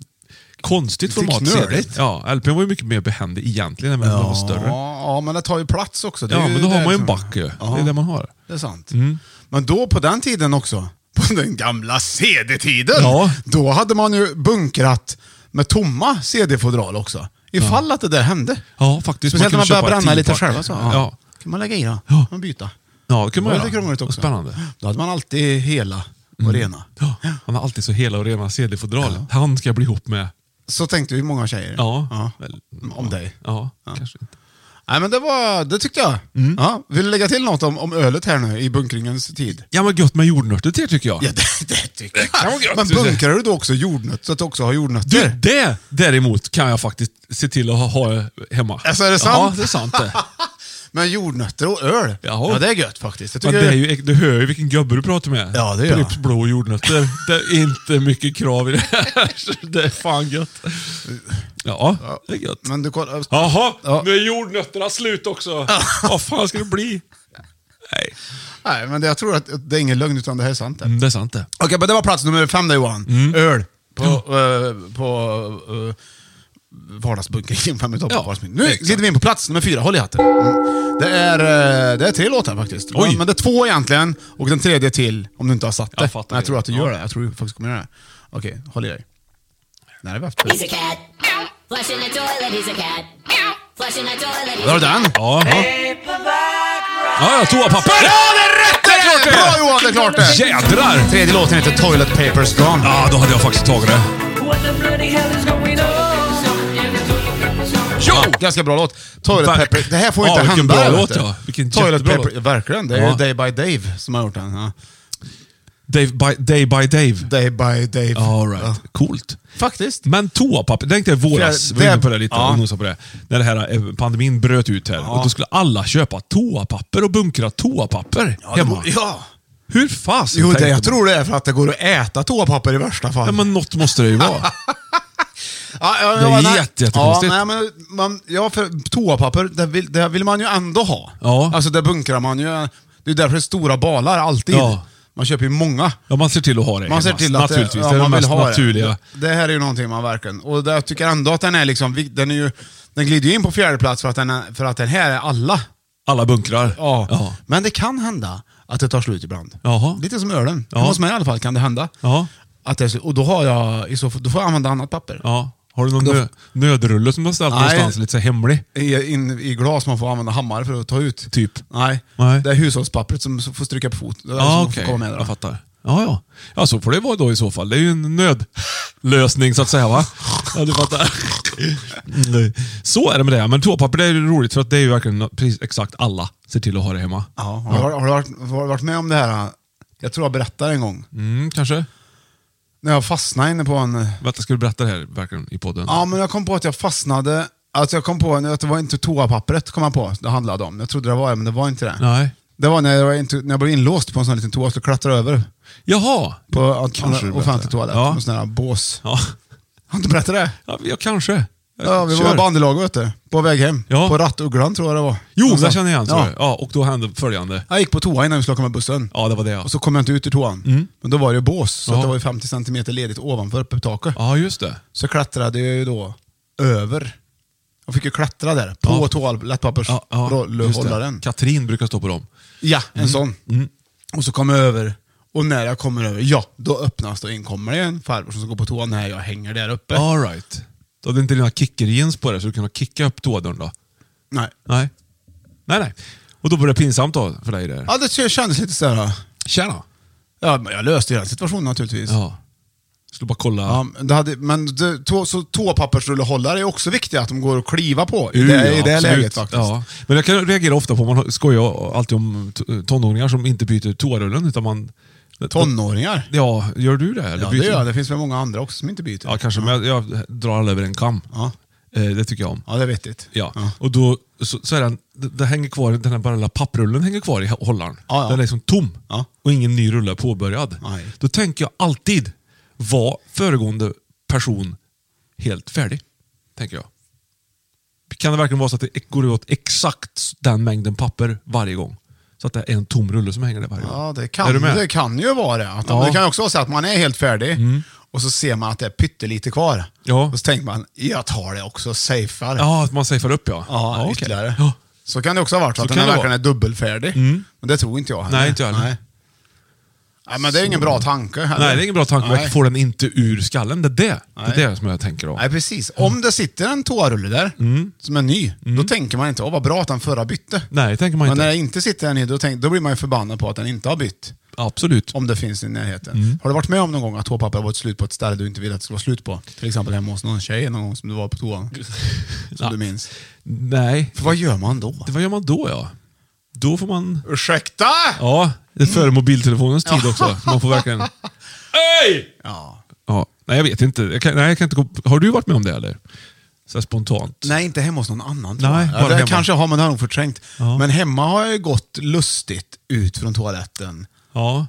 Speaker 3: konstigt
Speaker 4: Det är
Speaker 3: format.
Speaker 4: knöligt.
Speaker 3: CD. Ja, LP var ju mycket mer behändig egentligen, även om den var större.
Speaker 4: Ja, ja, men det tar ju plats också. Det är
Speaker 3: Ja,
Speaker 4: ju
Speaker 3: men då
Speaker 4: det
Speaker 3: har man ju
Speaker 4: som-
Speaker 3: en back ju.
Speaker 4: Ja.
Speaker 3: Det är det man har.
Speaker 4: Det är sant.
Speaker 3: Mm.
Speaker 4: Men då på den tiden också, på den gamla CD-tiden,
Speaker 3: Ja.
Speaker 4: då hade man ju bunkrat med tomma CD-fodral också. Ifall att det där hände.
Speaker 3: Ja, faktiskt.
Speaker 4: Speciellt när
Speaker 3: kunde
Speaker 4: man börjar
Speaker 3: köpa ett
Speaker 4: bränna lite alltså.
Speaker 3: tiopack.
Speaker 4: själva. Så. Ja.
Speaker 3: Ja.
Speaker 4: kan man lägga i då.
Speaker 3: Ja.
Speaker 4: Man byta.
Speaker 3: Ja, det kan man
Speaker 4: det
Speaker 3: göra.
Speaker 4: var lite krångligt också.
Speaker 3: Spännande. Mm.
Speaker 4: Då hade man alltid hela och rena.
Speaker 3: Ja, han har alltid så hela och rena CD-fodral. Han ska jag bli ihop med.
Speaker 4: Så tänkte ju många tjejer.
Speaker 3: Ja. Väl-
Speaker 4: Om dig.
Speaker 3: Ja, kanske inte.
Speaker 4: Nej, men det, var, det tyckte jag.
Speaker 3: Mm.
Speaker 4: Ja. Vill du lägga till något om, om ölet här nu i bunkringens tid?
Speaker 3: Ja, men gött med jordnötter till tycker jag.
Speaker 4: Ja, det, det tycker
Speaker 3: kan vara
Speaker 4: jag.
Speaker 3: gött.
Speaker 4: Men bunkrar du då också jordnötter så att du också har jordnötter?
Speaker 3: Du, det däremot kan jag faktiskt se till att ha- ha hemma.
Speaker 4: Alltså, är det sant?
Speaker 3: Ja, det är sant det.
Speaker 4: Men jordnötter och öl,
Speaker 3: Jaha.
Speaker 4: ja det är gött faktiskt. Jag
Speaker 3: Men
Speaker 4: tycker-
Speaker 3: det är ju, du hör ju vilken gubbe du pratar med.
Speaker 4: Ja, det gör jag.
Speaker 3: Pripps blå jordnötter. Det är inte mycket krav i det här. så Det är fan gött. Ja, det är gött.
Speaker 4: Men du kollar...
Speaker 3: Jaha,
Speaker 4: Ja.
Speaker 3: nu är jordnötterna slut också. Vad fan ska det bli? Nej,
Speaker 4: Nej, men det, jag tror att att det är ingen lögn utan det här är sant. det.
Speaker 3: mm, det är sant det.
Speaker 4: Okej, men det var plats nummer fem där Johan. Öl. På,
Speaker 3: Mm.
Speaker 4: eh, på uh, vardagsbunkringen, fem i topp.
Speaker 3: Ja,
Speaker 4: Ja, nu
Speaker 3: exakt.
Speaker 4: glider vi in på plats nummer fyra, håll i hatten. Mm. Det, är, eh, det är tre låtar faktiskt.
Speaker 3: Oj.
Speaker 4: Men, men det är två egentligen, och den tredje till om du inte har satt det.
Speaker 3: Jag fattar
Speaker 4: men jag
Speaker 3: det.
Speaker 4: tror att du gör
Speaker 3: Ja.
Speaker 4: det. Jag tror du faktiskt kommer göra det. Okej, håll i dig. När är vi efter?
Speaker 7: He's a cat. Flush in the toilet, he's a cat. Flush in the toilet, he's
Speaker 4: Där har du den!
Speaker 3: Ja, ja. ja, ja toapapper!
Speaker 4: Ja, det är rätt! Det är
Speaker 3: klart det är!
Speaker 4: Bra Johan, det är klart det!
Speaker 3: Jädrar!
Speaker 4: Tredje låten heter Toilet Papers Gone.
Speaker 3: Ja, då hade jag faktiskt tagit det.
Speaker 4: Jo! Ganska bra låt. Toilet
Speaker 3: Verk-
Speaker 4: Pepper. Det här får
Speaker 3: Ja,
Speaker 4: ju inte
Speaker 3: vilken bra
Speaker 4: hända. vet
Speaker 3: låt,
Speaker 4: du.
Speaker 3: ja. Vilken
Speaker 4: Toilet
Speaker 3: jättebra
Speaker 4: Pepper.
Speaker 3: låt.
Speaker 4: Verkligen. Det är ju
Speaker 3: Ja.
Speaker 4: Day by Dave som har gjort den. Ja.
Speaker 3: Dave by, day by Dave.
Speaker 4: Day by Dave.
Speaker 3: All right.
Speaker 4: Ja.
Speaker 3: Coolt.
Speaker 4: Faktiskt.
Speaker 3: Men toapapper, tänk dig våras,
Speaker 4: Det-
Speaker 3: vi var inne på det
Speaker 4: det-
Speaker 3: lite
Speaker 4: ja.
Speaker 3: och nosade på det. När det här eh, pandemin bröt ut här. Och då skulle alla köpa toapapper och bunkra toapapper
Speaker 4: det
Speaker 3: hemma.
Speaker 4: må- Ja.
Speaker 3: Hur fasen
Speaker 4: Jo,
Speaker 3: tänkte
Speaker 4: det,
Speaker 3: man?
Speaker 4: jag tror det är för att det går att äta toapapper i värsta fall.
Speaker 3: Ja, men något måste det ju vara.
Speaker 4: Ja, ja,
Speaker 3: Det är
Speaker 4: ja, nej.
Speaker 3: jätte- jättekonstigt.
Speaker 4: Ja, nej, men man, ja, för toapapper, det vill, det vill man ju ändå ha.
Speaker 3: Ja.
Speaker 4: Alltså det bunkrar man ju. Det är därför det är stora balar alltid.
Speaker 3: Ja.
Speaker 4: Man köper ju många.
Speaker 3: Ja, man ser till att ha det
Speaker 4: Man ser
Speaker 3: hemma,
Speaker 4: till att
Speaker 3: Naturligtvis, det
Speaker 4: ja,
Speaker 3: är det
Speaker 4: man vill
Speaker 3: mest
Speaker 4: ha det.
Speaker 3: naturliga.
Speaker 4: Det här är ju någonting man verkligen... Och det, jag tycker ändå att den är liksom... vi- Den, är ju, den glider ju in på fjärde plats för att den, är, för att den här är alla.
Speaker 3: Alla bunkrar. ja.
Speaker 4: Men det kan hända att det tar slut ibland.
Speaker 3: Jaha.
Speaker 4: Lite som ölen.
Speaker 3: Ja.
Speaker 4: Hos mig i alla fall kan det hända.
Speaker 3: Ja.
Speaker 4: Att det är slut. Och då, har jag, i så, fall- då får jag använda annat papper.
Speaker 3: Ja. Har du någon nö- nödrulle som du har ställt
Speaker 4: Nej.
Speaker 3: någonstans lite så här hemlig?
Speaker 4: I, in, I glas man får använda hammare för att ta ut.
Speaker 3: Typ.
Speaker 4: Nej.
Speaker 3: Nej.
Speaker 4: Det är hushållspappret som s- får stryka på fot. Det är som
Speaker 3: Ja,
Speaker 4: får
Speaker 3: okej.
Speaker 4: komma med där.
Speaker 3: Jag fattar. Ja, ja. Ja, så får det vara då i så fall. Det är ju en nödlösning så att säga, va? Ja, du fattar. Nej. Så är det med det. Men toapapper det är ju roligt för att det är ju verkligen precis exakt alla ser till att ha det hemma.
Speaker 4: Ja, har, har, du varit, har du varit med om det här? Jag tror jag berättade en gång.
Speaker 3: Mm, kanske.
Speaker 4: När jag fastnade inne på en...
Speaker 3: Vänta, ska du berätta det här verkligen i podden?
Speaker 4: Ja, men jag kom på att jag fastnade... Alltså jag kom på att det var inte toapappret kom jag på det handlade om. Jag trodde det var det, men det var inte det.
Speaker 3: Nej.
Speaker 4: Det var när jag, var inte, när jag blev inlåst på en sån liten toa och skulle klättra över.
Speaker 3: Jaha.
Speaker 4: På en
Speaker 3: Kanske du berättar.
Speaker 4: offentlig toalett.
Speaker 3: Ja.
Speaker 4: En sån här bås.
Speaker 3: Ja,
Speaker 4: Har du inte berättat det?
Speaker 3: ja, ja kanske.
Speaker 4: Ja, vi
Speaker 3: Kör.
Speaker 4: var bandylag vet du. På väg hem.
Speaker 3: Ja.
Speaker 4: På Rattugglan tror jag det var.
Speaker 3: Jo,
Speaker 4: Alltså,
Speaker 3: det känner jag igen.
Speaker 4: ja.
Speaker 3: Ja. ja, och då hände följande.
Speaker 4: Jag gick på toa innan vi skulle åka med bussen.
Speaker 3: Ja, det var det ja.
Speaker 4: Och så kom jag inte ut ur toan. Men då var det ju bås, så
Speaker 3: Mm. Ja.
Speaker 4: att det var ju 50 centimeter ledigt ovanför uppe på taket.
Speaker 3: Ja, just det.
Speaker 4: Så klättrade jag ju då över. Jag fick ju klättra där, på
Speaker 3: Ja. Ja, ja, just det. Mm.
Speaker 4: toalettpappershållaren. Ja,
Speaker 3: Katrin brukar stå på dem.
Speaker 4: ja, en sån. Och så kom jag över. Och när jag kommer över, ja, då öppnas det och inkommer det en farbror som ska gå på toa när jag hänger där uppe.
Speaker 3: All right. Du hade inte dina kickerjeans på dig så du kunde kicka upp toadörren då?
Speaker 4: Nej.
Speaker 3: Nej. Nej, nej. Och då blev det pinsamt då för dig där?
Speaker 4: Ja, det kändes lite så här.
Speaker 3: Tjena.
Speaker 4: Ja, men jag löste ju den situationen naturligtvis.
Speaker 3: Ja. Skulle bara kolla.
Speaker 4: Ja, men det hade, men det, to, så toapappersrullehållare är också viktiga, att de går att kliva på i
Speaker 3: Ur,
Speaker 4: det, i
Speaker 3: ja,
Speaker 4: det
Speaker 3: absolut.
Speaker 4: läget faktiskt.
Speaker 3: Ja. Men jag kan reagera ofta på, man skojar alltid om to- tonåringar som inte byter toarullen utan man...
Speaker 4: Tonåringar?
Speaker 3: Ja, gör du det? Eller
Speaker 4: Ja, det
Speaker 3: byter du?
Speaker 4: gör jag. Det finns väl många andra också som inte byter.
Speaker 3: Ja, kanske. Men jag, jag drar alla över en kam.
Speaker 4: Ja.
Speaker 3: Eh, det tycker jag om.
Speaker 4: Ja, det är vettigt.
Speaker 3: Ja. Och då så, så är den, det, det hänger kvar, den här bara lilla papprullen hänger kvar i hållaren.
Speaker 4: Ja, ja.
Speaker 3: Den är liksom tom
Speaker 4: Ja.
Speaker 3: och ingen ny rulle är påbörjad.
Speaker 4: Nej.
Speaker 3: Då tänker jag alltid, var föregående person helt färdig? Tänker jag. Kan det verkligen vara så att det går åt exakt den mängden papper varje gång? Så att det är en tom rulle som hänger där varje gång.
Speaker 4: Ja, det
Speaker 3: Är du
Speaker 4: kan,
Speaker 3: med?
Speaker 4: det kan ju vara det. Att,
Speaker 3: Ja. Mm.
Speaker 4: Det kan ju också vara så att man är helt färdig och så ser man att det är pyttelite kvar.
Speaker 3: Ja.
Speaker 4: Och så tänker man, jag tar det också och safear.
Speaker 3: Ja, att man safear upp ja.
Speaker 4: Ja,
Speaker 3: okej.
Speaker 4: ytterligare.
Speaker 3: Ja.
Speaker 4: Så kan det också ha varit, så att
Speaker 3: Så
Speaker 4: den
Speaker 3: kan
Speaker 4: här
Speaker 3: det Mm.
Speaker 4: verkligen är dubbelfärdig. Men det tror inte jag heller.
Speaker 3: Nej, inte jag heller.
Speaker 4: Nej. Nej, men det är ingen bra tanke heller.
Speaker 3: Nej, det är ingen bra tanke. Man
Speaker 4: Nej.
Speaker 3: får den inte ur skallen. Det är det, det,
Speaker 4: Nej.
Speaker 3: är det som jag tänker om.
Speaker 4: Nej, precis.
Speaker 3: Mm.
Speaker 4: Om det sitter en toarulle där, som är ny, då tänker man inte åh vad bra att den förra bytte.
Speaker 3: Nej, det tänker man
Speaker 4: Men
Speaker 3: inte.
Speaker 4: när det inte sitter en ny, då, tänk, då blir man ju förbannad på att den inte har bytt.
Speaker 3: Absolut.
Speaker 4: Om det finns i närheten.
Speaker 3: Mm.
Speaker 4: Har du varit med om någon gång att toapapper har varit slut på ett ställe du inte ville att det skulle vara slut på? Till exempel hemma hos någon tjej någon gång som du var på toan. som du minns.
Speaker 3: Nej,
Speaker 4: För vad gör man då?
Speaker 3: Det, vad gör man då ja? Då får man...
Speaker 4: Ursäkta!
Speaker 3: Ja, det är före mobiltelefonens tid också. Man får verkligen... Hej!
Speaker 4: Ja.
Speaker 3: Ja, nej, jag vet inte. Jag kan, nej, jag kan inte gå, har du varit med om det eller? Så här spontant?
Speaker 4: Nej, inte hemma hos någon annan.
Speaker 3: Nej,
Speaker 4: Nej,
Speaker 3: bara
Speaker 4: det
Speaker 3: hemma.
Speaker 4: kanske jag har, men det har jag nog förträngt. Men hemma har jag ju gått lustigt ut från toaletten
Speaker 3: Ja,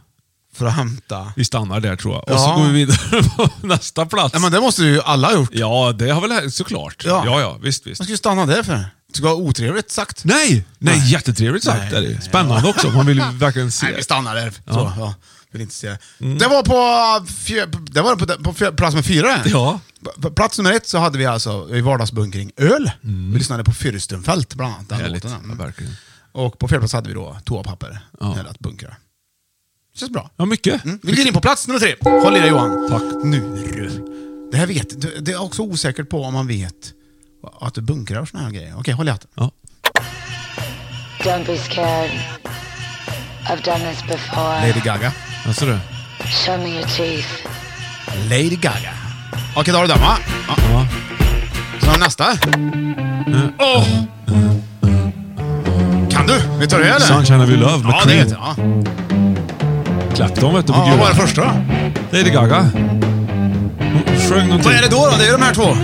Speaker 4: för att hämta.
Speaker 3: vi stannar där tror jag. Och
Speaker 4: Ja.
Speaker 3: så går vi vidare på nästa plats.
Speaker 4: Nej, men det måste ju alla ha gjort.
Speaker 3: Ja, det har väl hänt, såklart.
Speaker 4: Ja.
Speaker 3: Ja, ja, visst, visst.
Speaker 4: Man ska ju stanna där för. Det ska vara otrevligt sagt.
Speaker 3: Nej, nej, jättetrevligt sagt
Speaker 4: Nej,
Speaker 3: är det ju.
Speaker 4: nej,
Speaker 3: Spännande också. Man vill ju verkligen se. Mm.
Speaker 4: Nej, vi stannar där. Så, ja. Vill inte se. Det var på, fjö- det var på, på fjö- plats med fyra. det.
Speaker 3: Ja.
Speaker 4: På- På plats nummer ett så hade vi alltså i vardagsbunkring öl. Vi lyssnade på Fürstenfeld bland annat. Den
Speaker 3: Mm. Härligt.
Speaker 4: låten.
Speaker 3: Ja,
Speaker 4: Mm.
Speaker 3: verkligen.
Speaker 4: Och på fjärde plats hade vi då toapapper.
Speaker 3: Ja.
Speaker 4: Eller att bunkra. Känns bra.
Speaker 3: Ja, mycket.
Speaker 4: Mm. Vi går in på plats nummer tre. Håll i dig Johan.
Speaker 3: Tack.
Speaker 4: Nu. Det här vet, det- det är också osäkert på om man vet att du bunkrar och såna här grejer. Okej, håll i hatten.
Speaker 3: Ja.
Speaker 8: Don't be scared. I've done this before.
Speaker 4: Lady Gaga.
Speaker 3: Alltså du.
Speaker 8: Show me your teeth.
Speaker 4: Lady Gaga. Okej, då har du den va? Ja.
Speaker 3: Ja.
Speaker 4: Så har vi nästa. Åh! Kan du? Vi tar det eller?
Speaker 3: Sunshine of your love med
Speaker 4: Ja, det
Speaker 3: Cream.
Speaker 4: heter ja.
Speaker 3: Clapton vet du. på
Speaker 4: ja, Vad var
Speaker 3: gulan.
Speaker 4: det första då?
Speaker 3: Lady Gaga. Hon sjöng någonting.
Speaker 4: Vad är det då? då? Det är de här två.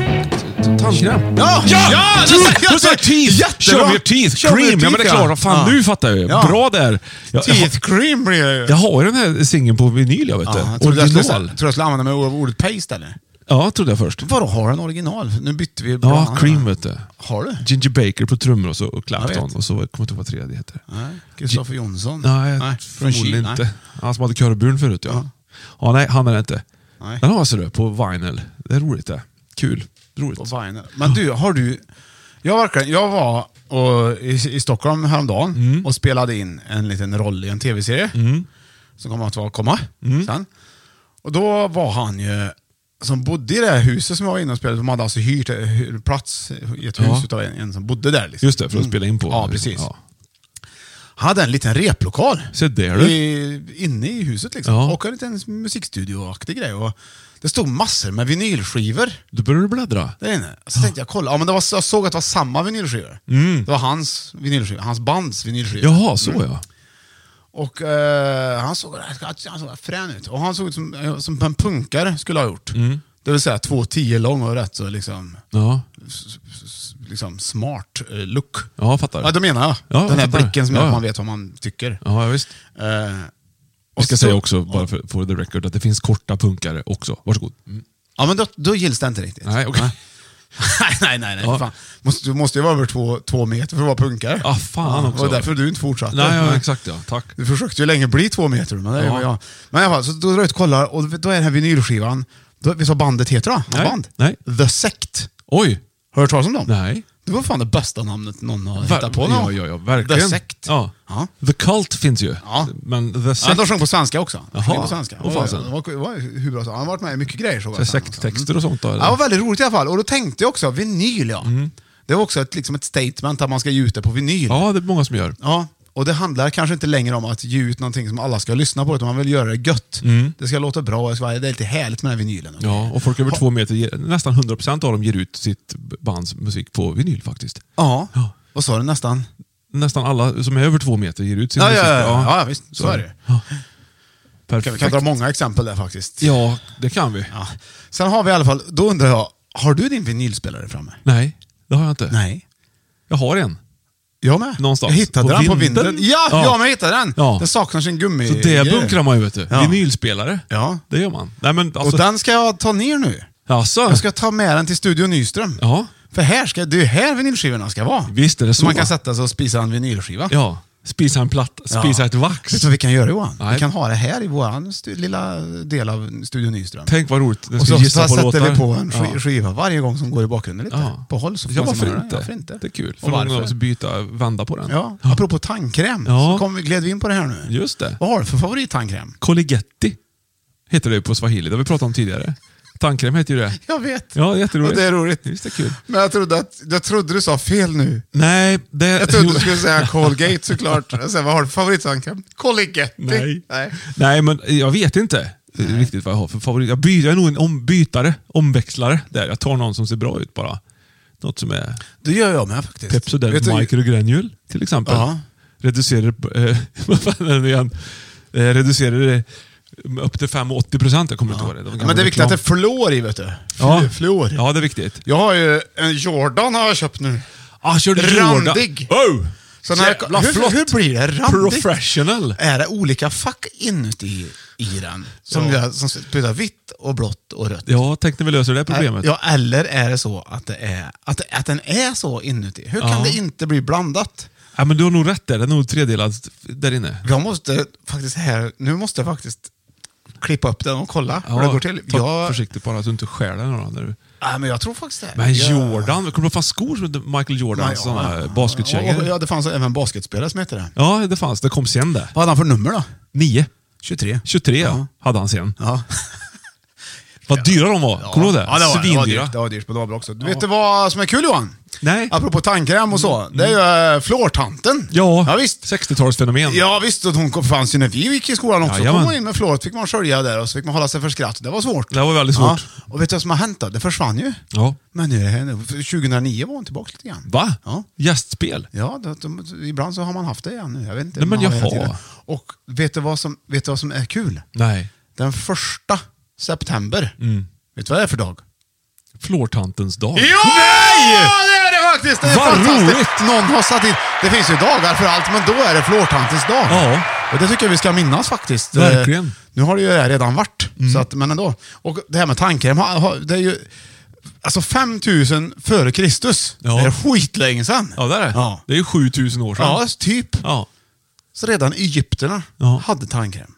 Speaker 3: Tandkräm?
Speaker 4: Ja!
Speaker 3: Ja!
Speaker 4: Ja,
Speaker 3: Du-
Speaker 4: det sa jag.
Speaker 3: Du sa teeth!
Speaker 4: Jättebra.
Speaker 3: Kör mer teeth!
Speaker 4: Kör mer
Speaker 3: Cream! Ja men det är
Speaker 4: teeth, ja.
Speaker 3: klart. Fan,
Speaker 4: Ja.
Speaker 3: nu fattar jag ju.
Speaker 4: Ja.
Speaker 3: Bra där. Jag, jag,
Speaker 4: Teeth cream blir det ju.
Speaker 3: jag har ju den här singeln på vinyl, jag vet
Speaker 4: Ja,
Speaker 3: du.
Speaker 4: jag trodde jag skulle-
Speaker 3: Original.
Speaker 4: jag trodde jag skulle använda mig av ordet paste eller?
Speaker 3: Ja, trodde jag först.
Speaker 4: Vadå, har du en original? Nu bytte vi bra
Speaker 3: Ja,
Speaker 4: namn.
Speaker 3: Cream vet du.
Speaker 4: Har du?
Speaker 3: Ginger Baker på trummor och, så, och
Speaker 4: Jag
Speaker 3: Clapton
Speaker 4: vet.
Speaker 3: och så kommer jag inte ihåg vad tredje heter.
Speaker 4: Nej, Kristoffer Jonsson?
Speaker 3: Nej,
Speaker 4: från
Speaker 3: förmodligen
Speaker 4: Kil,
Speaker 3: inte.
Speaker 4: Nej.
Speaker 3: Han som hade körburen förut ja.
Speaker 4: Ja.
Speaker 3: Ja, nej, han är det inte.
Speaker 4: Nej.
Speaker 3: Den har jag ser du, på vinyl. Det är roligt det. Kul. Roligt.
Speaker 4: På Viner. Men du, har du... Jag, verkligen, jag var och, i, i Stockholm häromdagen
Speaker 3: Mm.
Speaker 4: och spelade in en liten roll i en tv-serie som kommer att vara- komma
Speaker 3: Mm.
Speaker 4: sen. Och då var han ju, som bodde i det här huset som jag var inne och spelade, de hade alltså hyrt eh, hy- plats i ett hus
Speaker 3: Ja.
Speaker 4: utav en, en som bodde där. Liksom.
Speaker 3: Just det, för att spela in på.
Speaker 4: Ja, precis. Han hade en liten replokal.
Speaker 3: Se där, du.
Speaker 4: I, inne i huset liksom.
Speaker 3: Ja.
Speaker 4: Och en liten musikstudioaktig grej. Och det stod massor med vinylskivor
Speaker 3: Då börjar du bläddra.
Speaker 4: där inne. Så tänkte jag kolla, ja, men det var, jag såg att det var samma vinylskivor. Det var hans vinylskiva, hans bands vinylskiva.
Speaker 3: Mm. Jaha, så
Speaker 4: Mm.
Speaker 3: ja.
Speaker 4: Och eh, han, såg, han såg frän ut. Och han såg ut som, eh, som en punkare skulle ha gjort.
Speaker 3: Mm.
Speaker 4: Det vill säga 2,10 lång och rätt så liksom,
Speaker 3: Ja,
Speaker 4: liksom smart eh, look.
Speaker 3: ja jag fattar.
Speaker 4: Ja, det menar jag.
Speaker 3: Ja, jag
Speaker 4: Den här
Speaker 3: fattar.
Speaker 4: blicken som gör
Speaker 3: Ja,
Speaker 4: att
Speaker 3: ja.
Speaker 4: man vet vad man tycker.
Speaker 3: Ja, visst.
Speaker 4: Eh,
Speaker 3: Vi
Speaker 4: och
Speaker 3: ska
Speaker 4: så-
Speaker 3: säga också, bara för, for the record, att det finns korta punkare också. Varsågod. Mm.
Speaker 4: Ja, men då, då gills det inte riktigt.
Speaker 3: Nej, okej.
Speaker 4: nej, nej, nej. nej
Speaker 3: Ja.
Speaker 4: fan. Måste, du måste ju vara över två, två meter för att vara punkare.
Speaker 3: Ah, fan
Speaker 4: Det
Speaker 3: också.
Speaker 4: var därför du inte fortsatte.
Speaker 3: Nej, ja, exakt ja. Tack.
Speaker 4: Du försökte ju länge bli två meter, men det
Speaker 3: Ja.
Speaker 4: var jag. Men i alla fall, så då drar jag ut och kollar och då är den här vinylskivan, då, vet du vad bandet heter då? Hans
Speaker 3: Nej,
Speaker 4: band?
Speaker 3: nej.
Speaker 4: The Sect.
Speaker 3: Oj!
Speaker 4: Har du hört talas om dem?
Speaker 3: Nej.
Speaker 4: Det var fan det bästa namnet någon har
Speaker 3: Ver-
Speaker 4: hittat på. någon.
Speaker 3: ja, ja, ja, verkligen.
Speaker 4: The Sect.
Speaker 3: Ja.
Speaker 4: Ja.
Speaker 3: The Cult finns ju.
Speaker 4: Ja.
Speaker 3: Men The
Speaker 4: Ja,
Speaker 3: Sect...
Speaker 4: de sjöng på svenska också. De sjöng
Speaker 3: Jaha.
Speaker 4: på svenska.
Speaker 3: Åh, fasen.
Speaker 4: Det var, det var hur bra som Han har varit med i mycket grejer. såg jag
Speaker 3: Så här
Speaker 4: sen. Mm.
Speaker 3: sekttexter och sånt då? Eller? Mm.
Speaker 4: Ja, det var väldigt roligt i alla fall. Och då tänkte jag också, vinyl ja. Det var också ett, liksom ett statement att man ska ge ut det på vinyl.
Speaker 3: ja, det är många som gör.
Speaker 4: Ja, och det handlar kanske inte längre om att ge ut någonting som alla ska lyssna på, utan man vill göra det gött. Det ska låta bra, och det ska vara- det är lite härligt med den här vinylen.
Speaker 3: Mm. Ja, och folk över två meter, ger, nästan 100% av dem ger ut sitt bands musik på vinyl faktiskt.
Speaker 4: Ja.
Speaker 3: Ja.
Speaker 4: Vad sa du nästan?
Speaker 3: Nästan alla som är över två meter ger ut sin
Speaker 4: Ja, ja,
Speaker 3: musik.
Speaker 4: ja, ja, ja, visst. Så är det.
Speaker 3: Ja.
Speaker 4: Vi
Speaker 3: Perfekt.
Speaker 4: kan dra många exempel där faktiskt.
Speaker 3: Ja, det kan vi.
Speaker 4: Ja. Sen har vi i alla fall, då undrar jag, har du din vinylspelare framme?
Speaker 3: Nej, det har jag inte.
Speaker 4: Nej.
Speaker 3: Jag har en.
Speaker 4: Jag med.
Speaker 3: Någonstans.
Speaker 4: Jag hittade
Speaker 3: På
Speaker 4: den på
Speaker 3: vinden?
Speaker 4: vinden. Ja,
Speaker 3: Ja.
Speaker 4: jag med hittade den.
Speaker 3: Ja.
Speaker 4: Den saknar sin gummi.
Speaker 3: Så det bunkrar man ju vet du.
Speaker 4: Ja.
Speaker 3: Vinylspelare.
Speaker 4: Ja.
Speaker 3: Det gör man. Nej men alltså...
Speaker 4: Och den ska jag ta ner nu.
Speaker 3: Alltså,
Speaker 4: Jag ska ta med den till Studio Nyström.
Speaker 3: Ja.
Speaker 4: För här ska, det är ju här vinylskivorna ska vara.
Speaker 3: Visst är det så.
Speaker 4: Man kan sätta sig och spisa en vinylskiva.
Speaker 3: Ja. Spisa en platta,
Speaker 4: Ja.
Speaker 3: spisa ett vax.
Speaker 4: Vet du vad vi kan göra Johan?
Speaker 3: Nej.
Speaker 4: Vi kan ha det här i vår stu- lilla del av Studio Nyström.
Speaker 3: Tänk vad roligt. Jag
Speaker 4: och
Speaker 3: ska
Speaker 4: så,
Speaker 3: gissa
Speaker 4: så sätter
Speaker 3: låtar.
Speaker 4: vi på en sk-
Speaker 3: Ja.
Speaker 4: skiva varje gång som går i bakgrunden lite.
Speaker 3: Ja.
Speaker 4: På håll så får
Speaker 3: ja,
Speaker 4: man se
Speaker 3: varför
Speaker 4: den här.
Speaker 3: inte?
Speaker 4: Ja, varför inte?
Speaker 3: Det är kul. För
Speaker 4: Och
Speaker 3: någon av oss
Speaker 4: varför?
Speaker 3: byta, vända på den.
Speaker 4: Ja, apropå tandkräm
Speaker 3: Ja.
Speaker 4: så kom, vi- gled vi in på det här nu.
Speaker 3: Just det.
Speaker 4: Vad har du för favorittandkräm?
Speaker 3: Koligetti heter det ju på swahili, det har vi pratat om tidigare. Tandkräm heter ju det.
Speaker 4: Jag vet.
Speaker 3: Ja, jätteroligt.
Speaker 4: Och det är roligt.
Speaker 3: Visst är det kul.
Speaker 4: Men jag trodde, att, jag trodde du sa fel nu.
Speaker 3: Nej, det...
Speaker 4: Jag trodde du skulle säga Colgate såklart. Jag säger, vad har du för favorittandkräm? Colgate.
Speaker 3: Nej.
Speaker 4: Nej.
Speaker 3: Nej, men jag vet inte riktigt vad jag har för favorit. Jag, byter, jag är nog en ombytare, omväxlare där. Jag tar någon som ser bra ut bara. Något som är
Speaker 4: Det gör jag med faktiskt.
Speaker 3: Pepsodent
Speaker 4: Vet du-
Speaker 3: Microgranule till exempel.
Speaker 4: Ja.
Speaker 3: Reducerar, eh, vad fan är det igen? Eh, reducerar det med upp till 5-80 procent. Jag kommer inte ihåg det. var
Speaker 4: Ja, men det är viktigt att det är fluor i vet du.
Speaker 3: ja.
Speaker 4: Ja. Fluor.
Speaker 3: Ja, det är viktigt.
Speaker 4: Jag har ju en Jordan har jag köpt nu.
Speaker 3: Ah, kör du Jordan?
Speaker 4: Randig.
Speaker 3: Oh!
Speaker 4: Så när jag-
Speaker 3: Jävla
Speaker 4: hur-
Speaker 3: flott.
Speaker 4: hur blir det randigt?
Speaker 3: Professional.
Speaker 4: Är det olika fack inuti i den som,
Speaker 3: Ja.
Speaker 4: gör, som sprutar vitt och blått och rött?
Speaker 3: Ja, tänkte vi löser det problemet.
Speaker 4: Ja, eller är det så att, det är, att, att den är så inuti? Hur
Speaker 3: Ja.
Speaker 4: kan det inte bli blandat?
Speaker 3: Ja, men du har nog rätt där. Den är nog tredelad där inne.
Speaker 4: Jag måste faktiskt här, nu måste jag faktiskt klippa upp den och kolla hur det går till.
Speaker 3: Ta
Speaker 4: Jag,
Speaker 3: försiktigt bara så du inte stjäl den. då, När du...
Speaker 4: ja, men jag tror faktiskt det.
Speaker 3: Men
Speaker 4: Jag-
Speaker 3: Jordan, kommer du ihåg fan skor som hette Michael Jordan?
Speaker 4: Nej,
Speaker 3: sådana
Speaker 4: ja.
Speaker 3: basketkängor.
Speaker 4: Och-
Speaker 3: Ja,
Speaker 4: Ja, det fanns även basketspelare som hette det.
Speaker 3: det fanns. Det kom sen det.
Speaker 4: Vad hade han för nummer då?
Speaker 3: 9.
Speaker 4: 23.
Speaker 3: 23 hade han sen.
Speaker 4: Ja.
Speaker 3: Vad dyra de var. Kommer du ihåg det?
Speaker 4: Ja, det var, det var
Speaker 3: Svindyra.
Speaker 4: dyrt. Det var dyrt, men det var bra också. Du vet du vad som är kul Johan?
Speaker 3: Nej. Mm.
Speaker 4: Apropå tandkräm och så. Det är ju äh, flårtanten.
Speaker 3: Ja,
Speaker 4: ja, visst.
Speaker 3: 60-talsfenomen.
Speaker 4: Ja, visst, och hon fanns ju när vi gick i skolan också.
Speaker 3: Jajamän.
Speaker 4: kom hon in med flåret, fick man skölja där och så fick man hålla sig för skratt. Det var svårt.
Speaker 3: Det var väldigt svårt.
Speaker 4: Ja. Och vet du vad som har hänt då? Det försvann ju.
Speaker 3: Ja.
Speaker 4: Men nu är det här nu. 2009 var hon tillbaka lite grann.
Speaker 3: Va?
Speaker 4: Ja.
Speaker 3: Gästspel?
Speaker 4: Ja, det, de, ibland så har man haft det igen nu. Jag vet inte.
Speaker 3: Nej, men
Speaker 4: Man har det hela
Speaker 3: jaha.
Speaker 4: tiden. Och vet du, vad som, vet du vad som är kul?
Speaker 3: Nej.
Speaker 4: Den första september.
Speaker 3: Mm.
Speaker 4: Vet du vad det är för dag?
Speaker 3: Flårtantens dag.
Speaker 4: Nej! det är det faktiskt! Det är
Speaker 3: Vad
Speaker 4: fantastiskt.
Speaker 3: roligt!
Speaker 4: Någon har satt in... Det finns ju dagar för allt, men då är det flårtantens dag.
Speaker 3: Ja.
Speaker 4: Och det tycker jag vi ska minnas faktiskt.
Speaker 3: Verkligen. Mm.
Speaker 4: Eh, Nu har det ju redan varit, så att, men ändå. Och det här med tandkräm, ha- ha- det är ju... Alltså 5000 före Kristus.
Speaker 3: Ja.
Speaker 4: Det är skitlänge sedan.
Speaker 3: Ja, det är det.
Speaker 4: Ja,
Speaker 3: Det är ju 7000 år sedan.
Speaker 4: ja typ.
Speaker 3: Ja.
Speaker 4: Så redan egyptierna
Speaker 3: Ja.
Speaker 4: hade tandkräm.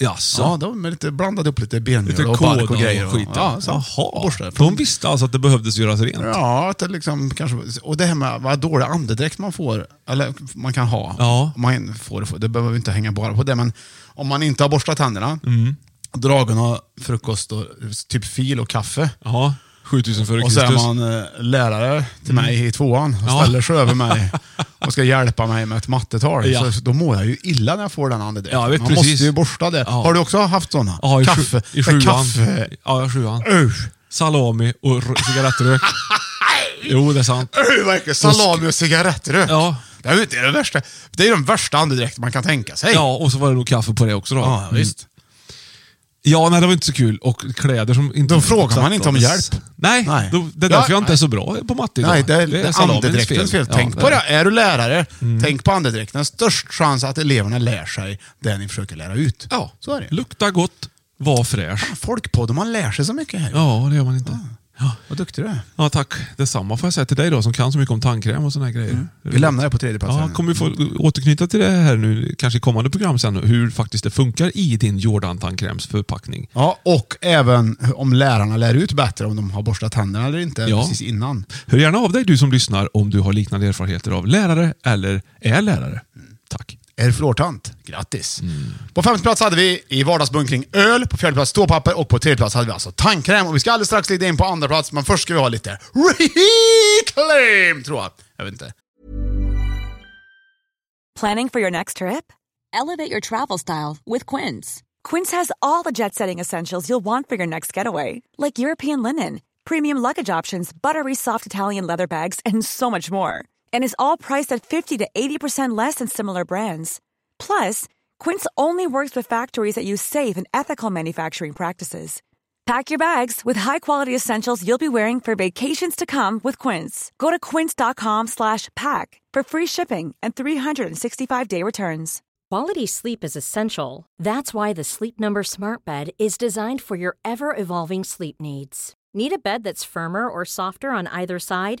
Speaker 3: Jaså?
Speaker 4: Ja, de är lite blandade upp lite
Speaker 3: Lite
Speaker 4: benmjöl och
Speaker 3: kåda
Speaker 4: bark och grejer.
Speaker 3: skit.
Speaker 4: Ja, så.
Speaker 3: Jaha.
Speaker 4: Borstar.
Speaker 3: De visste alltså att det behövdes göras rent?
Speaker 4: Ja, att det liksom kanske... Och det här med vad dålig andedräkt man får, eller man kan ha.
Speaker 3: Ja.
Speaker 4: Man får, får- det behöver vi inte hänga bara på det, men om man inte har borstat tänderna,
Speaker 3: Mm.
Speaker 4: dragen har frukost och typ fil och kaffe.
Speaker 3: Jaha. 7000 före
Speaker 4: Och så är
Speaker 3: Kristus. Mm.
Speaker 4: man eh, lärare till mig i tvåan och
Speaker 3: Ja.
Speaker 4: ställer sig över mig och ska hjälpa mig med ett mattetal.
Speaker 3: Ja.
Speaker 4: Så då mår jag ju illa när jag får den andedräkten.
Speaker 3: Ja, jag vet
Speaker 4: man
Speaker 3: precis.
Speaker 4: måste ju borsta det.
Speaker 3: Ja.
Speaker 4: Har du också haft sådana?
Speaker 3: Ja, i, sju-
Speaker 4: kaffe.
Speaker 3: I
Speaker 4: det är
Speaker 3: sjuan.
Speaker 4: kaffe.
Speaker 3: Ja, i sjuan.
Speaker 4: Usch.
Speaker 3: Salami och r- cigarettrök. jo, det är sant.
Speaker 4: Usch, verkligen. Äh, Salami och cigarettrök.
Speaker 3: Ja.
Speaker 4: Det är ju inte det värsta. Det är den värsta andedräkten man kan tänka sig.
Speaker 3: Ja, och så var det nog kaffe på det också då.
Speaker 4: Ja, visst.
Speaker 3: Mm. Ja, nej det var inte så kul. Och kläder som inte...
Speaker 4: Då frågar man inte om
Speaker 3: sattes.
Speaker 4: hjälp.
Speaker 3: Nej,
Speaker 4: Nej.
Speaker 3: Då, det är
Speaker 4: Ja,
Speaker 3: därför jag inte är
Speaker 4: nej.
Speaker 3: så bra på matte idag.
Speaker 4: Nej, det är, det är
Speaker 3: salamins
Speaker 4: andedräktens fel.
Speaker 3: Ja,
Speaker 4: Tänk
Speaker 3: det Mm.
Speaker 4: på
Speaker 3: är
Speaker 4: det. Är du lärare, tänk på andedräkten. Störst chans att eleverna lär sig det ni försöker lära ut.
Speaker 3: Ja,
Speaker 4: Så är det.
Speaker 3: lukta gott, var fräsch.
Speaker 4: Folkpodd, man lär sig så mycket här.
Speaker 3: Ja, det gör man inte. Ja.
Speaker 4: Vad duktig du är.
Speaker 3: Ja, tack. Detsamma får jag säga till dig då som kan så mycket om tandkräm och såna här grejer. Det är
Speaker 4: Vi
Speaker 3: roligt.
Speaker 4: lämnar det på tredje platsen.
Speaker 3: Ja, kommer vi få
Speaker 4: Mm.
Speaker 3: återknyta till det här nu, kanske i kommande program sen, hur faktiskt det funkar i din Jordan-tandkrämsförpackning.
Speaker 4: Ja, och även om lärarna lär ut bättre om de har borstat tänderna eller inte
Speaker 3: Ja.
Speaker 4: precis innan.
Speaker 3: Hör gärna av dig du som lyssnar om du har liknande erfarenheter av lärare eller är lärare.
Speaker 4: Mm.
Speaker 3: Tack.
Speaker 4: Är du flårtant? Grattis! På femte plats hade vi i vardagsbunkring öl, på fjärde plats ståpapper och på tredje plats hade vi alltså tandkräm. Och vi ska alldeles strax lida in på andra plats, men först ska vi ha lite reclaim, tror jag. Jag vet inte.
Speaker 2: Planning for your next trip? Elevate your travel style with Quince. Quince has all the jet setting essentials you'll want for your next getaway, like European linen, premium luggage options, buttery soft Italian leather bags, and so much more. And is all priced at 50 to 80% less than similar brands. Plus, Quince only works with factories that use safe and ethical manufacturing practices. Pack your bags with high-quality essentials you'll be wearing for vacations to come with Quince. Go to quince.com slash pack for free shipping and 365-day returns.
Speaker 9: Quality sleep is essential. That's why the Sleep Number Smart Bed is designed for your ever evolving sleep needs. Need a bed that's firmer or softer on either side?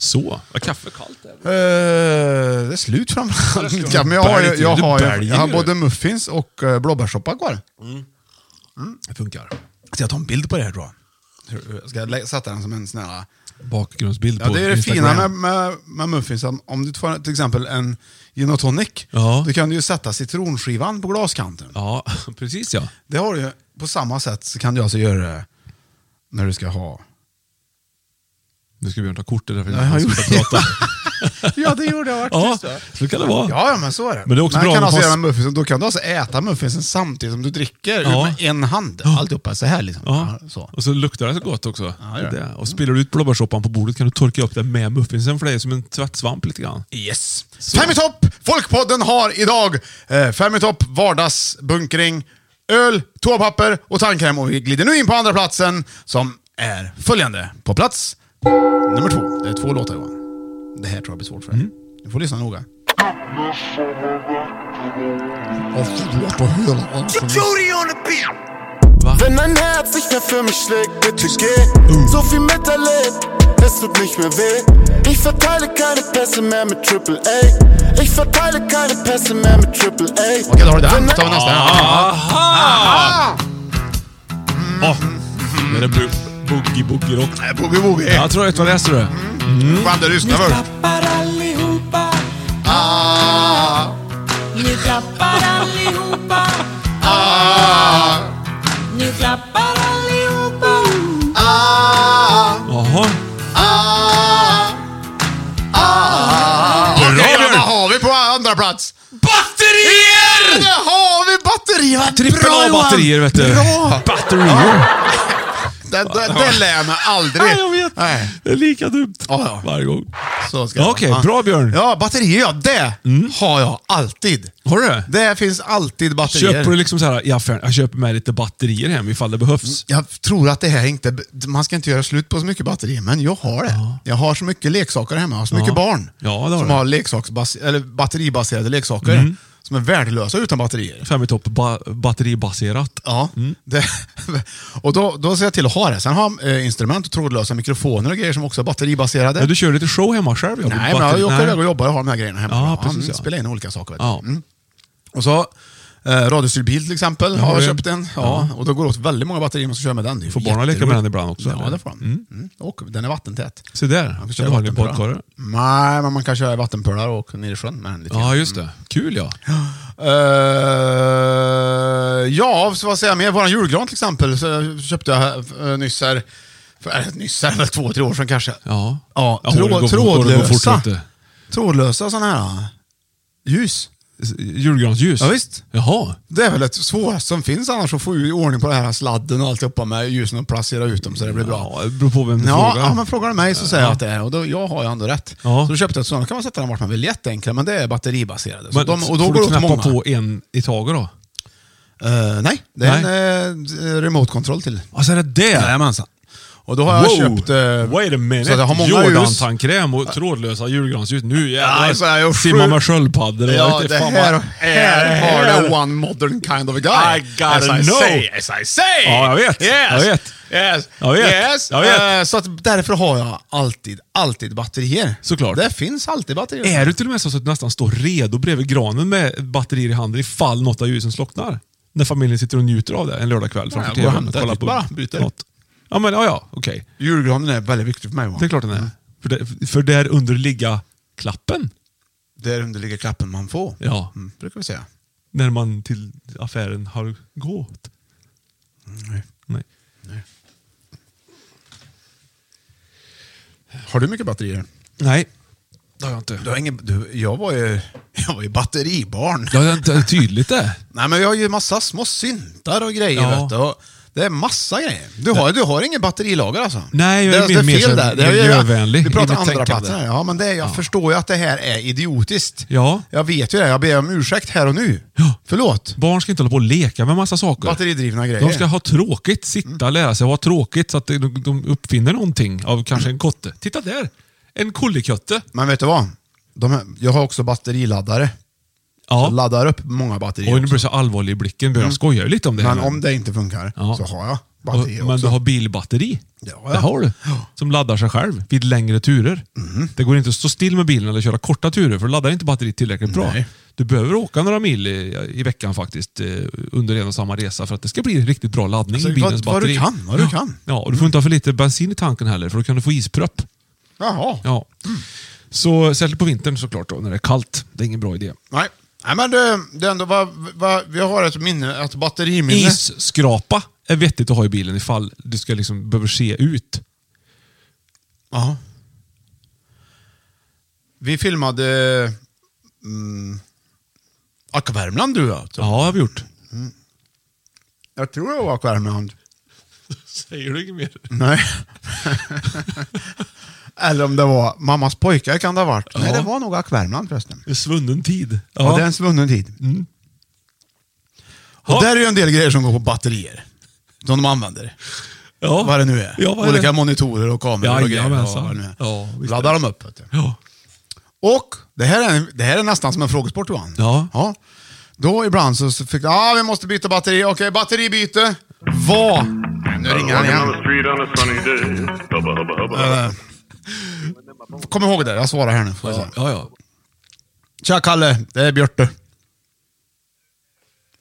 Speaker 3: Så, var kaffe kallt där?
Speaker 4: Eh, det är slut framförallt. Ja, men jag har, ju- jag
Speaker 3: Du
Speaker 4: har, jag,
Speaker 3: bälger
Speaker 4: jag har
Speaker 3: ju.
Speaker 4: både muffins och eh, blåbärssoppa kvar.
Speaker 3: Det funkar.
Speaker 4: Så jag tar en bild på det här tror jag. Ska jag lä- sätta den som en sån här...
Speaker 3: Bakgrundsbild
Speaker 4: Ja,
Speaker 3: på
Speaker 4: det är det
Speaker 3: Instagram.
Speaker 4: fina med, med, med muffins. Om- Om du tar till exempel en gin och tonic,
Speaker 3: Ja.
Speaker 4: då kan du ju sätta citronskivan på glaskanten.
Speaker 3: Ja, precis ja.
Speaker 4: Det har du ju. På samma sätt så kan du alltså göra det när du ska ha...
Speaker 3: Nu ska Björn ta kort, det är därför
Speaker 4: Ja, jag
Speaker 3: jag inte
Speaker 4: gjorde-
Speaker 3: sluta prata.
Speaker 4: Ja, det gjorde jag
Speaker 3: ja,
Speaker 4: faktiskt. va?
Speaker 3: så kan det vara.
Speaker 4: Ja, ja, men så är det.
Speaker 3: Men det är också
Speaker 4: man
Speaker 3: bra
Speaker 4: kan
Speaker 3: om
Speaker 4: alltså
Speaker 3: man-
Speaker 4: göra muffinsen, då kan du alltså äta muffinsen samtidigt som du dricker
Speaker 3: Ja.
Speaker 4: ur med en hand. Alltihopa så här liksom.
Speaker 3: Ja.
Speaker 4: Ja, så.
Speaker 3: Och så luktar det så gott också.
Speaker 4: Ja, det
Speaker 3: det
Speaker 4: gör
Speaker 3: är
Speaker 4: det. Mm.
Speaker 3: det. Och spiller du ut blåbärssoppan på bordet kan du torka upp det med muffinsen för det är som en tvättsvamp lite grann.
Speaker 4: Yes. Fem i topp! Folkpodden har idag eh, fem i topp, vardagsbunkring, öl, toapapper och tandkräm. Och vi glider nu in på andra platsen som är följande. På plats nummer två. Det är två låtar Johan. Det här tror jag blir svårt för
Speaker 10: Mm.
Speaker 4: dig. Du får lyssna noga.
Speaker 10: Jody on the beat. Wenn mein Herz nicht mehr für mich schlägt, bitte geh. So viel miterlebt,
Speaker 11: es tut nicht mehr weh. Ich verteile keine Pässe mehr mit Triple A. Ich verteile keine Pässe mehr mit Triple A.
Speaker 4: Okej, då har du den. Då tar vi nästa.
Speaker 3: Aha! Åh, det
Speaker 4: Mm-hmm.
Speaker 3: är det bu- boogie boogie rock.
Speaker 4: Nej, boogie boogie.
Speaker 3: Jag tror jag vet vad det är, ser du. Mm.
Speaker 4: Fan, det lyssnar först.
Speaker 12: tappar allihopa.
Speaker 4: Ah,
Speaker 12: Ni tappar allihopa.
Speaker 4: ah,
Speaker 12: Ni tappar allihopa.
Speaker 4: ah,
Speaker 3: Jaha.
Speaker 4: ah, ah.
Speaker 3: Bra,
Speaker 4: Okej,
Speaker 3: Björn.
Speaker 4: vad har vi på andra plats?
Speaker 3: Batterier!
Speaker 4: Där har vi batterier! Vad
Speaker 3: Trippel
Speaker 4: bra, Johan.
Speaker 3: A-batterier vet du.
Speaker 4: Bra!
Speaker 3: Batterier.
Speaker 4: Det, det, det lär jag mig aldrig.
Speaker 3: Nej, jag vet.
Speaker 4: Nej.
Speaker 3: Det är lika dumt
Speaker 4: Ja, ja.
Speaker 3: varje gång.
Speaker 4: Så ska
Speaker 3: Ja,
Speaker 4: jag-
Speaker 3: Okej,
Speaker 4: ja.
Speaker 3: bra Björn. Mm.
Speaker 4: Ja, batterier ja. Det har jag alltid.
Speaker 3: Har du det?
Speaker 4: Det finns alltid batterier.
Speaker 3: Köper du liksom så här i affären, jag köper med lite batterier hem ifall det behövs.
Speaker 4: Jag tror att det här inte... Man ska inte göra slut på så mycket batterier, men jag har det. Jag har så mycket leksaker hemma. Jag har så
Speaker 3: Ja.
Speaker 4: mycket barn
Speaker 3: Ja, det har
Speaker 4: som
Speaker 3: du. Mm.
Speaker 4: har leksaks, eller batteribaserade leksaker som är värdelösa utan batterier.
Speaker 3: Fem i topp ba- batteribaserat.
Speaker 4: Mm. Ja, det, och då, då ser jag till att ha det. Sen har jag eh, instrument och trådlösa mikrofoner och grejer som också är batteribaserade.
Speaker 3: Ja, du kör lite show hemma själv? ja, på
Speaker 4: Nej, men
Speaker 3: batteri-
Speaker 4: jag åker
Speaker 3: Nej.
Speaker 4: iväg och jobbar och har de här grejerna hemma. mm,
Speaker 3: Ja, precis, ja.
Speaker 4: Spelar in olika saker. Vet du.
Speaker 3: Ja.
Speaker 4: Mm. Och så eh, radiostyrd bil till exempel
Speaker 3: Ja,
Speaker 4: har jag
Speaker 3: det-
Speaker 4: köpt en. Ja, Och då går det åt väldigt många batterier om man ska köra med den. Det är ju
Speaker 3: Får barnen leka
Speaker 4: jätteroligt.
Speaker 3: med den ibland också,
Speaker 4: Ja,
Speaker 3: eller?
Speaker 4: det får de.
Speaker 3: Mm.
Speaker 4: Mm. Och den är vattentät.
Speaker 3: Se där,
Speaker 4: Man kan
Speaker 3: du
Speaker 4: köra
Speaker 3: har din
Speaker 4: vattenpölar.
Speaker 3: badkarre.
Speaker 4: Nej, men man kan köra i vattenpölar och åka ner i sjön med den lite
Speaker 3: Ja,
Speaker 4: grann.
Speaker 3: just det. Kul ja.
Speaker 4: Eh, ja, så vad säger jag mer? Vår julgran till exempel så köpte jag eh, nyss här. För, eh, nyss här, väl två, tre år sedan kanske.
Speaker 3: Ja.
Speaker 4: Ja,
Speaker 3: Ja,
Speaker 4: trå-
Speaker 3: det går- det går fort,
Speaker 4: trådlösa.
Speaker 3: vet du.
Speaker 4: Trådlösa sådana här ljus.
Speaker 3: Julgransljus?
Speaker 4: Ja, visst.
Speaker 3: Jaha.
Speaker 4: Det är väl det svåraste som finns annars att få i ordning på det här sladden och alltihopa med ljusen och placera ut dem så det blir bra.
Speaker 3: Ja, det beror på vem du
Speaker 4: Ja,
Speaker 3: frågar.
Speaker 4: ja men frågar du mig så säger jag att det är och då, jag har ju ändå rätt.
Speaker 3: Ja.
Speaker 4: Så då köpte jag ett sådant, då kan man sätta dem vart man vill, jätteenkla, men det är batteribaserade. Så
Speaker 3: Men
Speaker 4: de, och då
Speaker 3: får
Speaker 4: går
Speaker 3: du
Speaker 4: det åt
Speaker 3: knäppa
Speaker 4: många.
Speaker 3: på en i taget då?
Speaker 4: Eh, nej, det är en eh, remote-kontroll till.
Speaker 3: Alltså är det det?
Speaker 4: Jajamensan. Och då har jag köpt... eh,
Speaker 3: Wait a minute.
Speaker 4: Så att jag har många ljus.
Speaker 3: Jordan-tandkräm och trådlösa julgransljus. Nu
Speaker 4: Ja, så är
Speaker 3: jävlar.
Speaker 4: jag
Speaker 3: Simma
Speaker 4: sjuk.
Speaker 3: med sköldpaddor och jag
Speaker 4: Ja,
Speaker 3: vet
Speaker 4: det
Speaker 3: inte fan
Speaker 4: här,
Speaker 3: vad-
Speaker 4: här har du one modern kind of a guy.
Speaker 3: I gotta
Speaker 4: as I
Speaker 3: know.
Speaker 4: Say, as I say.
Speaker 3: Ja, jag vet.
Speaker 4: Yes.
Speaker 3: Jag vet.
Speaker 4: Yes.
Speaker 3: Jag vet.
Speaker 4: Yes.
Speaker 3: Jag vet.
Speaker 4: Eh, så att därför har jag alltid, alltid batterier.
Speaker 3: Såklart.
Speaker 4: Det finns alltid batterier.
Speaker 3: Är du till och med så att du nästan står redo bredvid granen med batterier i handen ifall något av ljusen slocknar? När familjen sitter och njuter av det en lördagkväll framför
Speaker 4: jag går och
Speaker 3: tvn och
Speaker 4: hämtar
Speaker 3: kollar
Speaker 4: ett
Speaker 3: på
Speaker 4: bara, byter.
Speaker 3: något. Ja, men ja, ja okej.
Speaker 4: Julgranen är väldigt viktig för mig. Johan.
Speaker 3: Det är klart den är. För, där, för där under ligga klappen.
Speaker 4: Där under ligger klappen man får.
Speaker 3: Ja.
Speaker 4: Mm, brukar vi säga.
Speaker 3: När man till affären har gått.
Speaker 4: Nej.
Speaker 3: Nej.
Speaker 4: Har du mycket batterier?
Speaker 3: Nej. Det har jag inte.
Speaker 4: Du har ingen, du, jag, var ju, jag var ju batteribarn.
Speaker 3: Ja, det är tydligt det.
Speaker 4: Nej, men jag har ju massa små syntar och grejer.
Speaker 3: Ja.
Speaker 4: Vet du. och Det är massa grejer. Du har, du har ingen batterilager alltså?
Speaker 3: Nej, jag är mer-
Speaker 4: det, det
Speaker 3: mer
Speaker 4: är fel
Speaker 3: så
Speaker 4: där. Det är ju-
Speaker 3: miljövänlig
Speaker 4: Vi
Speaker 3: i
Speaker 4: pratar
Speaker 3: mitt
Speaker 4: andra
Speaker 3: tänkande.
Speaker 4: platsen här. Ja, men det, jag förstår ju att det här är idiotiskt.
Speaker 3: Ja.
Speaker 4: Jag vet ju det. Jag ber om ursäkt här och nu.
Speaker 3: Ja.
Speaker 4: Förlåt.
Speaker 3: Barn ska inte hålla på och leka med massa saker.
Speaker 4: Batteridrivna grejer.
Speaker 3: De ska ha tråkigt, sitta, lära sig och ha tråkigt så att de, de uppfinner någonting av kanske en kotte. Titta där! En kollekötte.
Speaker 4: Men vet du vad? De här, jag har också batteriladdare. Jag
Speaker 3: Ja.
Speaker 4: laddar upp många
Speaker 3: Oj,
Speaker 4: batterier
Speaker 3: nu blir
Speaker 4: också.
Speaker 3: jag så allvarlig i blicken. Jag skojar ju lite om det. här,
Speaker 4: Mm. Men om det inte funkar
Speaker 3: Ja.
Speaker 4: så har jag
Speaker 3: Och-
Speaker 4: batterier
Speaker 3: Men
Speaker 4: också.
Speaker 3: du har bilbatteri.
Speaker 4: Det har jag.
Speaker 3: Det har du. Som laddar sig själv vid längre turer.
Speaker 4: Mhm.
Speaker 3: Det går inte att stå still med bilen eller köra korta turer för då laddar inte batteriet tillräckligt bra.
Speaker 4: Nej.
Speaker 3: Du behöver åka några mil i, i veckan faktiskt eh, under en och samma resa för att det ska bli riktigt bra laddning
Speaker 4: Alltså,
Speaker 3: i bilens
Speaker 4: vad- vad
Speaker 3: batteri.
Speaker 4: du kan, vad du
Speaker 3: Ja.
Speaker 4: kan. Mm.
Speaker 3: Ja, och du får inte ha för lite bensin i tanken heller för då kan du få ispropp.
Speaker 4: Jaha.
Speaker 3: Ja. Så särskilt på vintern såklart då, när det är kallt. Det är ingen bra idé.
Speaker 4: Nej. Nej, men det, det är ändå, vad, vad, vi har ett minne, ett batteriminne.
Speaker 3: Isskrapa är vettigt att ha i bilen ifall du ska liksom behöver se ut.
Speaker 4: Ja. Vi filmade mm, Ack Värmland du ja.
Speaker 3: Ja, det har vi gjort.
Speaker 4: Jag tror det var Ack Värmland.
Speaker 3: Säger du inget mer?
Speaker 4: Nej. Eller om det var Mammas pojkar kan det ha varit. Nej, det var nog Ack Värmland förresten.
Speaker 3: En svunnen tid.
Speaker 4: Ja. det är en svunnen tid.
Speaker 3: Mm. Ja.
Speaker 4: Och där är ju en del grejer som går på batterier. Som de använder.
Speaker 3: Ja.
Speaker 4: Vad det nu är.
Speaker 3: Ja, vad är
Speaker 4: Olika
Speaker 3: det?
Speaker 4: monitorer och kameror och grejer.
Speaker 3: Jajamensan.
Speaker 4: vad det nu är.
Speaker 3: Ja, visst
Speaker 4: Laddar de upp. Vet du.
Speaker 3: Ja.
Speaker 4: Och det här, är, det här är nästan som en frågesport Johan.
Speaker 3: Ja.
Speaker 4: Då ibland så så fick jag, ah, vi måste byta batteri. Okej, batteribyte. Vad? Nu ringer han igen.
Speaker 13: street on a sunny day. Hubba, hubba, hubba.
Speaker 4: Eh, Kom ihåg det, jag svarar här nu. får jag
Speaker 3: Ja,
Speaker 4: säga.
Speaker 3: ja. ja.
Speaker 4: Tja Kalle, det är Björte.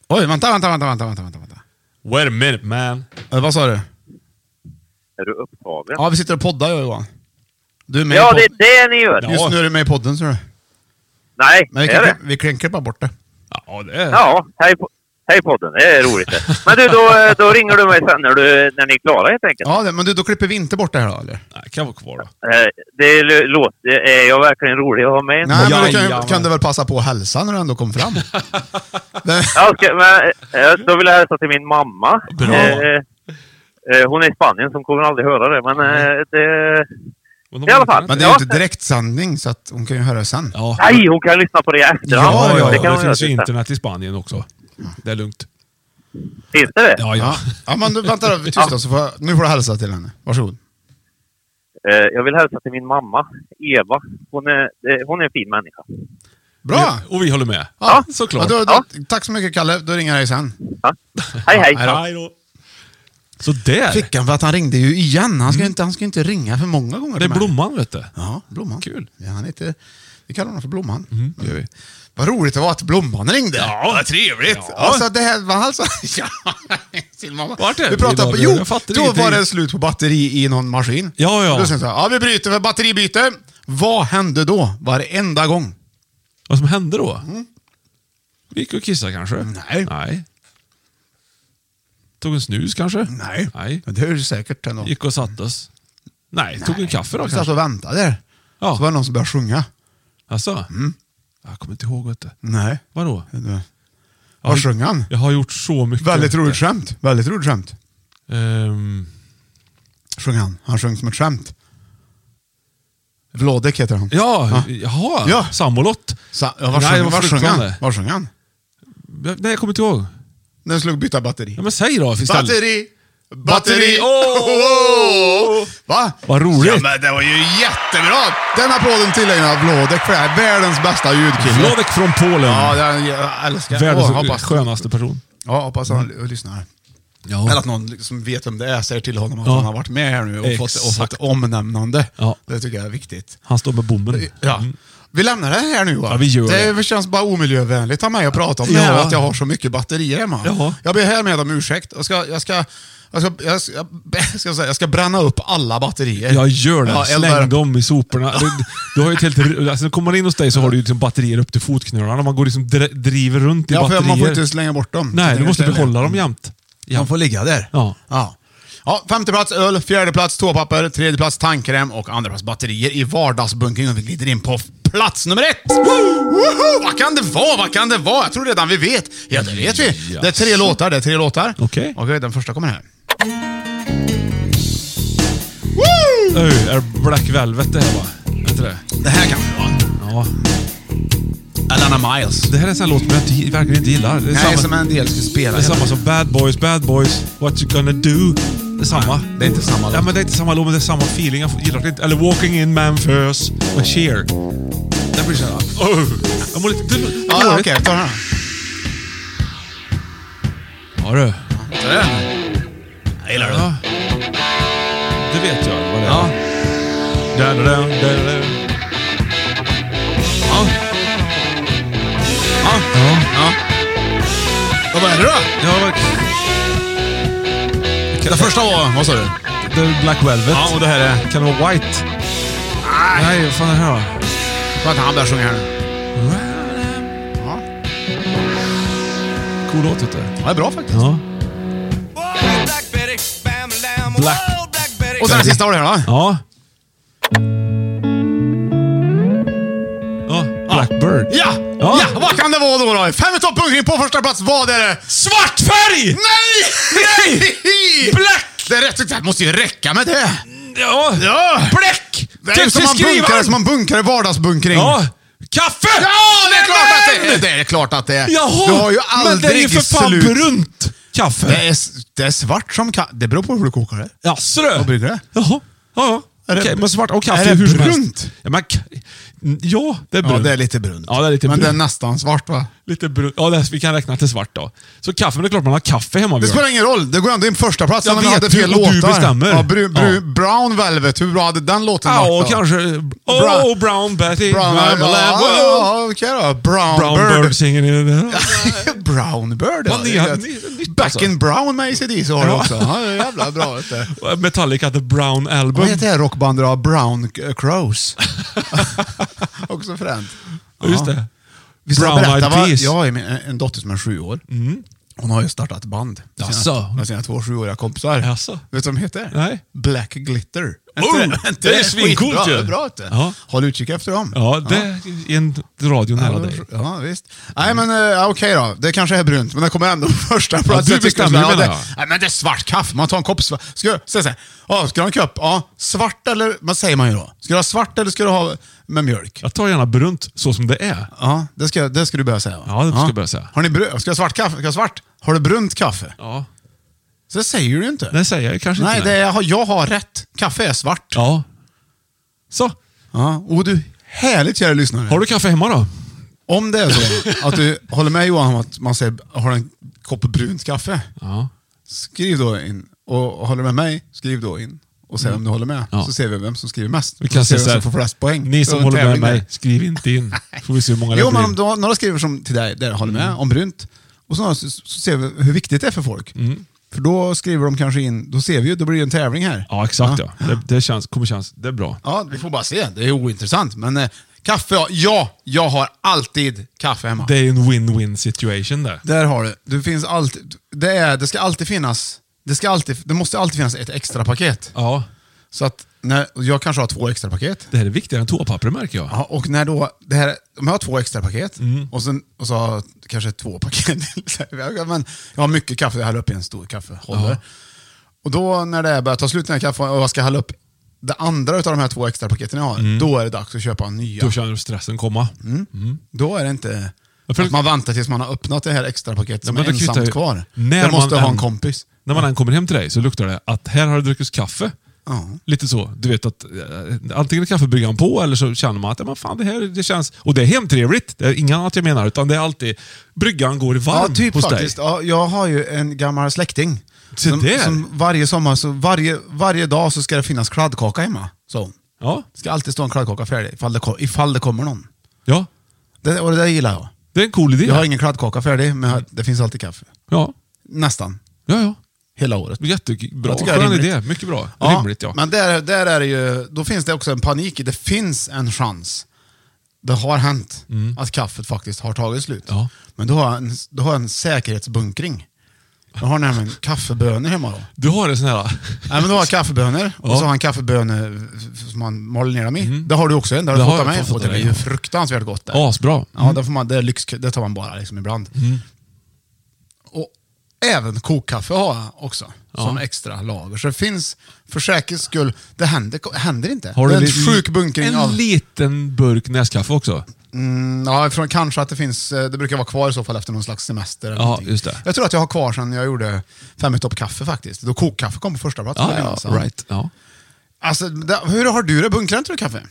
Speaker 4: Oj, vänta, vänta, vänta, vänta, vänta, vänta. vänta.
Speaker 3: Wait a minute man.
Speaker 4: Eh, vad sa du?
Speaker 13: Är du upptagen?
Speaker 4: Ja, vi sitter och poddar jag och Johan. Du är med
Speaker 13: Ja,
Speaker 4: i
Speaker 13: det
Speaker 4: pod-
Speaker 13: är det ni gör.
Speaker 4: Just nu är du med i podden, ser du.
Speaker 13: Nej,
Speaker 4: Men vi
Speaker 13: är
Speaker 4: kan,
Speaker 13: det?
Speaker 4: vi kan klippa bort det.
Speaker 3: Ja, det
Speaker 13: Ja, hej, po- hej podden. Det är roligt det. Men du, då, eh, då ringer du mig sen när, du, när ni är klara helt enkelt.
Speaker 4: Ja, det, men du, då klipper vi inte bort det här då, eller?
Speaker 3: Nej, kan vara kvar då.
Speaker 13: Eh, Det är, låt, är jag verkligen rolig att ha med?
Speaker 4: Nej, men du kan, kan du väl passa på att hälsa när du ändå kom fram?
Speaker 13: Ja, okej, men, eh, då vill jag hälsa till min mamma.
Speaker 4: Bra.
Speaker 13: Eh, eh, hon är i Spanien, så hon kommer aldrig höra det. Men eh, det... I alla fall.
Speaker 4: Men det är ju inte direktsändning, så att hon kan ju höra sen.
Speaker 3: Ja.
Speaker 13: Nej, hon kan lyssna på det i efterhand.
Speaker 3: Ja, ja,
Speaker 13: det
Speaker 3: ja.
Speaker 13: kan
Speaker 3: Det,
Speaker 13: hon
Speaker 3: finns ju
Speaker 13: göra.
Speaker 3: internet i Spanien också. Det är lugnt.
Speaker 13: Finns det det?
Speaker 3: Ja, ja.
Speaker 4: Ja, men du, vänta då. Tysta, så får jag, nu får du hälsa till henne. Varsågod.
Speaker 13: Eh, Jag vill hälsa till min mamma, Eva. Hon är, eh, hon är en fin människa.
Speaker 4: Bra!
Speaker 3: Och vi håller med.
Speaker 4: Ja,
Speaker 3: såklart.
Speaker 4: Ja, då, då, Tack så mycket, Kalle. Då ringer jag dig sen.
Speaker 13: Hej, hej.
Speaker 4: Ja, hej
Speaker 3: då. Så där.
Speaker 4: Fick han för att han ringde ju igen. Han ska, inte, han ska inte ringa för många gånger
Speaker 3: Mm. Det är
Speaker 4: till mig.
Speaker 3: Blomman vet du.
Speaker 4: Ja, Blomman.
Speaker 3: Kul.
Speaker 4: Ja, han heter, vi kallar honom för Blomman.
Speaker 3: Det gör vi.
Speaker 4: Vad roligt det var att Blomman ringde.
Speaker 3: Ja, vad trevligt.
Speaker 4: Ja. Alltså det här var alltså... Ja, sin mamma.
Speaker 3: Vart är
Speaker 4: vi
Speaker 3: vi
Speaker 4: pratade
Speaker 3: idag?
Speaker 4: på, jo,
Speaker 3: Jag fattar
Speaker 4: då
Speaker 3: ingenting.
Speaker 4: var det slut på batteri i någon maskin.
Speaker 3: Ja, ja.
Speaker 4: Då sa jag så här, ja vi bryter för batteribyte. Vad hände då? Varenda gång.
Speaker 3: Vad som hände då? Vi gick och kissade kanske?
Speaker 4: Mm. Nej.
Speaker 3: Nej. Tog en snus kanske?
Speaker 4: Nej.
Speaker 3: Nej.
Speaker 4: Det är ju säkert ändå.
Speaker 3: Gick och satte oss? Nej, tog en kaffe då
Speaker 4: Vi satt
Speaker 3: kanske?
Speaker 4: och väntade där.
Speaker 3: Ja.
Speaker 4: Så var Mm. det någon som började sjunga.
Speaker 3: Alltså? Jag kommer inte ihåg vet du.
Speaker 4: Nej.
Speaker 3: Vadå?
Speaker 4: Vad Mm. sjöng han?
Speaker 3: Jag har gjort så mycket.
Speaker 4: Väldigt
Speaker 3: vet du.
Speaker 4: roligt skämt. Väldigt roligt skämt.
Speaker 3: Ehm,
Speaker 4: Sjöng han. Han sjöng som ett skämt. Vlodek heter han.
Speaker 3: ja, jaha.
Speaker 4: Ja.
Speaker 3: Sambolott.
Speaker 4: Sa, ja, var
Speaker 3: Nej,
Speaker 4: sjöng,
Speaker 3: vad
Speaker 4: var sjöng han?
Speaker 3: fruktansvärt.
Speaker 4: Var sjöng han?
Speaker 3: Nej, jag kommer inte ihåg.
Speaker 4: När jag slog byta batteri.
Speaker 3: Ja, men säg då istället.
Speaker 4: Batteri! Batteri!
Speaker 3: Batteri, åh!
Speaker 4: Va?
Speaker 3: Vad roligt.
Speaker 4: Ja, men det var ju jättebra! Den applåden tillägnar Vlodek för det här. är Världens bästa ljudkille.
Speaker 3: Vladek från Polen.
Speaker 4: Ja, den, jag älskar Åh,
Speaker 3: Världens
Speaker 4: hoppas-
Speaker 3: skönaste person.
Speaker 4: Ja, hoppas han lyssnar.
Speaker 3: Ja.
Speaker 4: Eller att någon som vet vem det är säger till honom att
Speaker 3: Ja.
Speaker 4: han har varit med här nu och fått, och
Speaker 3: Exakt.
Speaker 4: fått omnämnande.
Speaker 3: Ja.
Speaker 4: Det tycker jag är viktigt.
Speaker 3: Han står med bommen.
Speaker 4: Ja. Vi lämnar det här nu va?
Speaker 3: Mm. Ja, vi gör
Speaker 4: det.
Speaker 3: det.
Speaker 4: känns bara omiljövänligt av mig att prata om det
Speaker 3: Ja.
Speaker 4: här, att jag har så mycket batterier hemma.
Speaker 3: Ja.
Speaker 4: Jag ber härmed om ursäkt. Jag ska, jag ska, jag ska, jag ska, jag ska, säga, jag ska bränna upp alla batterier.
Speaker 3: Jag gör det.
Speaker 4: Eh, Ja, eldar-
Speaker 3: Släng dem i soporna. Du, du har ju ett helt, alltså, kommer man in hos dig så har du ju liksom batterier upp till fotknölarna. Man går liksom dr- driver runt i
Speaker 4: Ja,
Speaker 3: batterier.
Speaker 4: för man får inte slänga bort dem. Så
Speaker 3: Nej,
Speaker 4: det
Speaker 3: du
Speaker 4: är
Speaker 3: måste
Speaker 4: ju ställe.
Speaker 3: behålla dem jämt.
Speaker 4: De får ligga där.
Speaker 3: Ja.
Speaker 4: Ja. Ja, femte plats öl, fjärde plats toapapper, tredje plats tandkräm och andra plats batterier i vardagsbunkern. Och vi glider in på f- plats nummer ett! Woho! Vad kan det vara? Vad kan det vara? Jag tror redan vi vet. Ja, det vet vi. Det är tre låtar. Det är tre låtar.
Speaker 3: Okej.
Speaker 4: Okej, den första kommer här.
Speaker 3: Öj, är Black Velvet det här va? Är inte det?
Speaker 4: Det här kan det
Speaker 3: Ja.
Speaker 4: vara. Alana Miles.
Speaker 3: Det här är en sån här låt som jag inte, verkligen inte gillar. Det är,
Speaker 4: Nej,
Speaker 3: samma,
Speaker 4: som en del skulle spela.
Speaker 3: det är samma som Bad Boys, Bad Boys, What You Gonna Do. Det är samma.
Speaker 4: Det är inte samma
Speaker 3: Ja,
Speaker 4: låt.
Speaker 3: men det är inte samma låt, men det är samma feeling. Jag gillar det inte. Eller Walking in Memphis och Cheer. Det blir såhär... Oh, jag mår lite dåligt.
Speaker 4: Ja, ja, okej. Ta den här.
Speaker 3: Ja du.
Speaker 4: Ta den. Jag gillar den.
Speaker 3: Ja. Det vet jag vad det är.
Speaker 4: Ja.
Speaker 3: Da, da, da, da, da. Ja. Ja.
Speaker 4: Ja. Vad var det då?
Speaker 3: Ja, vad-
Speaker 4: Det första var... Vad sa du?
Speaker 3: Det är Black Velvet.
Speaker 4: Ja, och det här är...
Speaker 3: Kan det vara White? Nej, vad fan är det här då?
Speaker 4: Vänta, han börjar sjunga här nu. Ja.
Speaker 3: Cool låt vet du.
Speaker 4: Ja, det är bra faktiskt.
Speaker 3: Ja. Black.
Speaker 4: Och sen den sista var det här då.
Speaker 3: Ja. Ja, Blackbird.
Speaker 4: Ja!
Speaker 3: Ja.
Speaker 4: ja! Vad kan det vara då? då? Fem i toppbunkring på första plats. Vad är det?
Speaker 3: Svart färg!
Speaker 4: Nej! Nej!
Speaker 3: Black!
Speaker 4: Det, är rätt, det måste ju räcka med det.
Speaker 3: Ja.
Speaker 4: Ja!
Speaker 3: Bläck! Typ
Speaker 4: Det är ju som man bunkar, som man bunkar i vardagsbunkring.
Speaker 3: Ja. Kaffe!
Speaker 4: Ja, det är klart att det är! Det är klart att det är.
Speaker 3: Jaha!
Speaker 4: du har ju
Speaker 3: men det är ju
Speaker 4: aldrig
Speaker 3: för fan
Speaker 4: slut.
Speaker 3: brunt kaffe.
Speaker 4: Det är, s- det är svart som kaffe. Det beror på hur du kokar det.
Speaker 3: Jaså du?
Speaker 4: Vad brukar det?
Speaker 3: Jaha. Ja, ja.
Speaker 4: Är det-
Speaker 3: Okej, men svart och kaffe
Speaker 4: är det
Speaker 3: hur som
Speaker 4: brunt?
Speaker 3: helst. Ja, men, k- Mm, Ja, det är brunt.
Speaker 4: Ja, det är lite brunt.
Speaker 3: Ja, det är lite
Speaker 4: Men det är
Speaker 3: brunt.
Speaker 4: nästan svart va?
Speaker 3: Lite brunt. Ja, det är, vi kan räkna till svart då. Så kaffe, men det är klart man har kaffe hemma.
Speaker 4: Det
Speaker 3: Björn.
Speaker 4: spelar ingen roll. Det går ändå in på första platsen
Speaker 3: Jag
Speaker 4: om vi
Speaker 3: vet
Speaker 4: hade fel
Speaker 3: ju, och
Speaker 4: låtar.
Speaker 3: du bestämmer.
Speaker 4: Ja, bru, bru,
Speaker 3: Ja.
Speaker 4: Brown Velvet, hur bra hade den låten
Speaker 3: Ja,
Speaker 4: varit
Speaker 3: och
Speaker 4: då?
Speaker 3: kanske...
Speaker 4: Bra.
Speaker 3: Oh, brown Betty.
Speaker 4: Brown, ja,
Speaker 3: Mamma Lamb,
Speaker 4: ja,
Speaker 3: oh.
Speaker 4: ja, okej då. Brown,
Speaker 3: Brown
Speaker 4: Bird.
Speaker 3: bird singing in the...
Speaker 4: Brown Bird.
Speaker 3: Vad
Speaker 4: det är
Speaker 3: ni har-
Speaker 4: rätt.
Speaker 3: ni-
Speaker 4: Back
Speaker 3: alltså.
Speaker 4: in Brown med ACDC har du
Speaker 3: Ja.
Speaker 4: också. Ja, det är jävla bra vet du.
Speaker 3: Metallica, The Brown Album.
Speaker 4: Vad heter det här rockbandet då? Brown C- Crows. också fränt.
Speaker 3: Ja, Just det.
Speaker 4: Visst har jag
Speaker 3: Brown
Speaker 4: berättat,
Speaker 3: Eyed
Speaker 4: va?
Speaker 3: Peas. Mm.
Speaker 4: Jag har ju min- en dotter som är sju år. Hon har ju startat band. Med sina-
Speaker 3: Jaså?
Speaker 4: Med sina två sjuåriga kompisar.
Speaker 3: Jaså?
Speaker 4: Vet du vad de heter?
Speaker 3: Nej.
Speaker 4: Black Glitter. Är
Speaker 3: Oh,
Speaker 4: inte är inte
Speaker 3: det är svincoolt
Speaker 4: skitbra?
Speaker 3: ju.
Speaker 4: Det är Bra, inte?
Speaker 3: Ja.
Speaker 4: Håll utkik efter dem.
Speaker 3: Ja, det är en radio nära dig.
Speaker 4: Ja, visst. Nej, men eh, okej då. Det kanske är brunt, men det kommer ändå på första plats.
Speaker 3: du
Speaker 4: Jag tycker
Speaker 3: bestämmer,
Speaker 4: så här, ja,
Speaker 3: menar
Speaker 4: det-
Speaker 3: jag.
Speaker 4: Nej, men det är svart kaffe. Man tar en kopp svart. Ska, jag- så här, så här. Ja, ska du ha en kopp? Ja, svart eller... Vad säger man ju då? Ska du ha svart eller ska du ha med mjölk?
Speaker 3: Jag tar gärna brunt så som det är.
Speaker 4: Ja, det ska, det ska du börja säga. va?
Speaker 3: Ja, det ska jag börja säga.
Speaker 4: Har ni bru- ska jag ha svart kaffe? Ska jag ha svart? Har du brunt kaffe?
Speaker 3: Ja.
Speaker 4: Så det säger du inte.
Speaker 3: Det säger jag kanske
Speaker 4: Nej,
Speaker 3: inte.
Speaker 4: det är, jag har- jag har rätt. Kaffe är svart.
Speaker 3: Ja. Så.
Speaker 4: Ja, och du, härligt kära lyssnare.
Speaker 3: Har du kaffe hemma då?
Speaker 4: Om det är så att du håller med Johan om att man säger, har du en kopp brunt kaffe?
Speaker 3: Ja.
Speaker 4: Skriv då in. Och håller du med mig, skriv då in. Och säg om du håller med.
Speaker 3: Mm. Ja.
Speaker 4: Så ser vi vem som skriver mest.
Speaker 3: Vi kan
Speaker 4: se
Speaker 3: se
Speaker 4: vem
Speaker 3: så här.
Speaker 4: som får flest poäng.
Speaker 3: Ni
Speaker 4: Så
Speaker 3: som
Speaker 4: en
Speaker 3: håller med
Speaker 4: tävling där.
Speaker 3: mig, skriv inte in. Får vi se hur många det
Speaker 4: Jo, men
Speaker 3: blir. Mm.
Speaker 4: om du har, några skriver som till dig, där håller med, om brunt. Och så, några så, så ser vi hur viktigt det är för folk.
Speaker 3: Mm.
Speaker 4: För då skriver de kanske in, då ser vi ju, då blir det en tävling här.
Speaker 3: Ja, exakt ja. Det, det känns, kommer känns, det är bra.
Speaker 4: Ja, vi får bara se. Det är ointressant. Men eh, kaffe, ja, ja, jag har alltid kaffe hemma.
Speaker 3: Det är ju en win-win situation där.
Speaker 4: Där har du. Det, finns alltid, det, är, det ska alltid finnas, det, ska alltid, det måste alltid finnas ett extra paket.
Speaker 3: Ja.
Speaker 4: Så att när, jag kanske har två extra paket.
Speaker 3: Det här är viktigare än toapapper märker jag.
Speaker 4: Ja, och när då, det här, om jag har två extra paket
Speaker 3: Mm.
Speaker 4: och, sen, och så har jag kanske två paket. Så här, Men jag har mycket kaffe, jag häller upp i en stor kaffehållare. Och då när det börjar ta slut den här kaffen och jag ska hälla upp det andra av de här två extra paketen jag har, då är det dags att köpa nya.
Speaker 3: Mm. Då känner du stressen komma.
Speaker 4: Mm, Då är det inte
Speaker 3: För-
Speaker 4: att man väntar tills man har öppnat det här extra paketet som
Speaker 3: Men
Speaker 4: är
Speaker 3: det kvittar
Speaker 4: ensamt
Speaker 3: ju-
Speaker 4: kvar.
Speaker 3: när
Speaker 4: jag måste
Speaker 3: man
Speaker 4: ha en
Speaker 3: än-
Speaker 4: kompis.
Speaker 3: När man än kommer hem till dig så luktar det att här har det druckits kaffe.
Speaker 4: Ja.
Speaker 3: Lite så. Du vet att eh, antingen är kaffebryggan på eller så känner man att ja, men fan, det här det känns... Och det är hemtrevligt. Det är inget annat jag menar. Utan det är alltid... Bryggan går varm
Speaker 4: Ja, typ
Speaker 3: hos
Speaker 4: faktiskt.
Speaker 3: dig.
Speaker 4: Ja, jag har ju en gammal släkting.
Speaker 3: Se
Speaker 4: Som,
Speaker 3: där.
Speaker 4: som varje sommar, så varje, varje dag så ska det finnas kladdkaka hemma. Så.
Speaker 3: Ja.
Speaker 4: Det ska alltid stå en kladdkaka färdig ifall det, ko- ifall det kommer någon.
Speaker 3: Ja.
Speaker 4: Det, och det där gillar jag.
Speaker 3: Det är en cool idé.
Speaker 4: Jag har ingen kladdkaka färdig, men jag- det finns alltid kaffe.
Speaker 3: Ja.
Speaker 4: Nästan.
Speaker 3: Ja, ja.
Speaker 4: Hela året.
Speaker 3: Jättebra.
Speaker 4: Jag tycker det är
Speaker 3: Skön
Speaker 4: rimligt.
Speaker 3: idé. Mycket bra.
Speaker 4: Ja,
Speaker 3: Rimligt, ja.
Speaker 4: Men där, där är det ju, då finns det också en panik. i- Det finns en chans. Det har hänt att kaffet faktiskt har tagit slut.
Speaker 3: Mm. Ja.
Speaker 4: Men då har, jag en, då har jag en säkerhetsbunkring. Jag har nämligen kaffebönor hemma då.
Speaker 3: Du har en sån här...
Speaker 4: Nej, men då har jag kaffebönor och
Speaker 3: Ja. Mm.
Speaker 4: så har han kaffebönor som man maler ner dem i. Det har du också en, det har
Speaker 3: Det
Speaker 4: du
Speaker 3: har
Speaker 4: fått av
Speaker 3: jag
Speaker 4: mig.
Speaker 3: fått
Speaker 4: Och
Speaker 3: av
Speaker 4: det är
Speaker 3: dig,
Speaker 4: ju
Speaker 3: ja.
Speaker 4: fruktansvärt gott där.
Speaker 3: Asbra.
Speaker 4: Ja, det, får man, det, är lyx, det tar man bara liksom ibland.
Speaker 3: Mm.
Speaker 4: Och även kokkaffe har jag också, som extra lager. Så det finns, för säkerhets skull, det händer, händer inte.
Speaker 3: Har
Speaker 4: det
Speaker 3: du
Speaker 4: är en
Speaker 3: li-
Speaker 4: sjuk bunkring
Speaker 3: En
Speaker 4: av...
Speaker 3: liten burk näskaffe också.
Speaker 4: Mm, ja, från kanske att det finns, eh, det brukar vara kvar i så fall efter någon slags semester. Eller
Speaker 3: Ja,
Speaker 4: någonting.
Speaker 3: just det.
Speaker 4: Jag tror att jag har kvar sen jag gjorde fem i topp kaffe faktiskt. Då kokkaffe kom på första plats. vill jag
Speaker 3: Ja,
Speaker 4: minnas.
Speaker 3: ja, right. Ja.
Speaker 4: Alltså, det, hur har du det? Bunkrar inte du kaffe?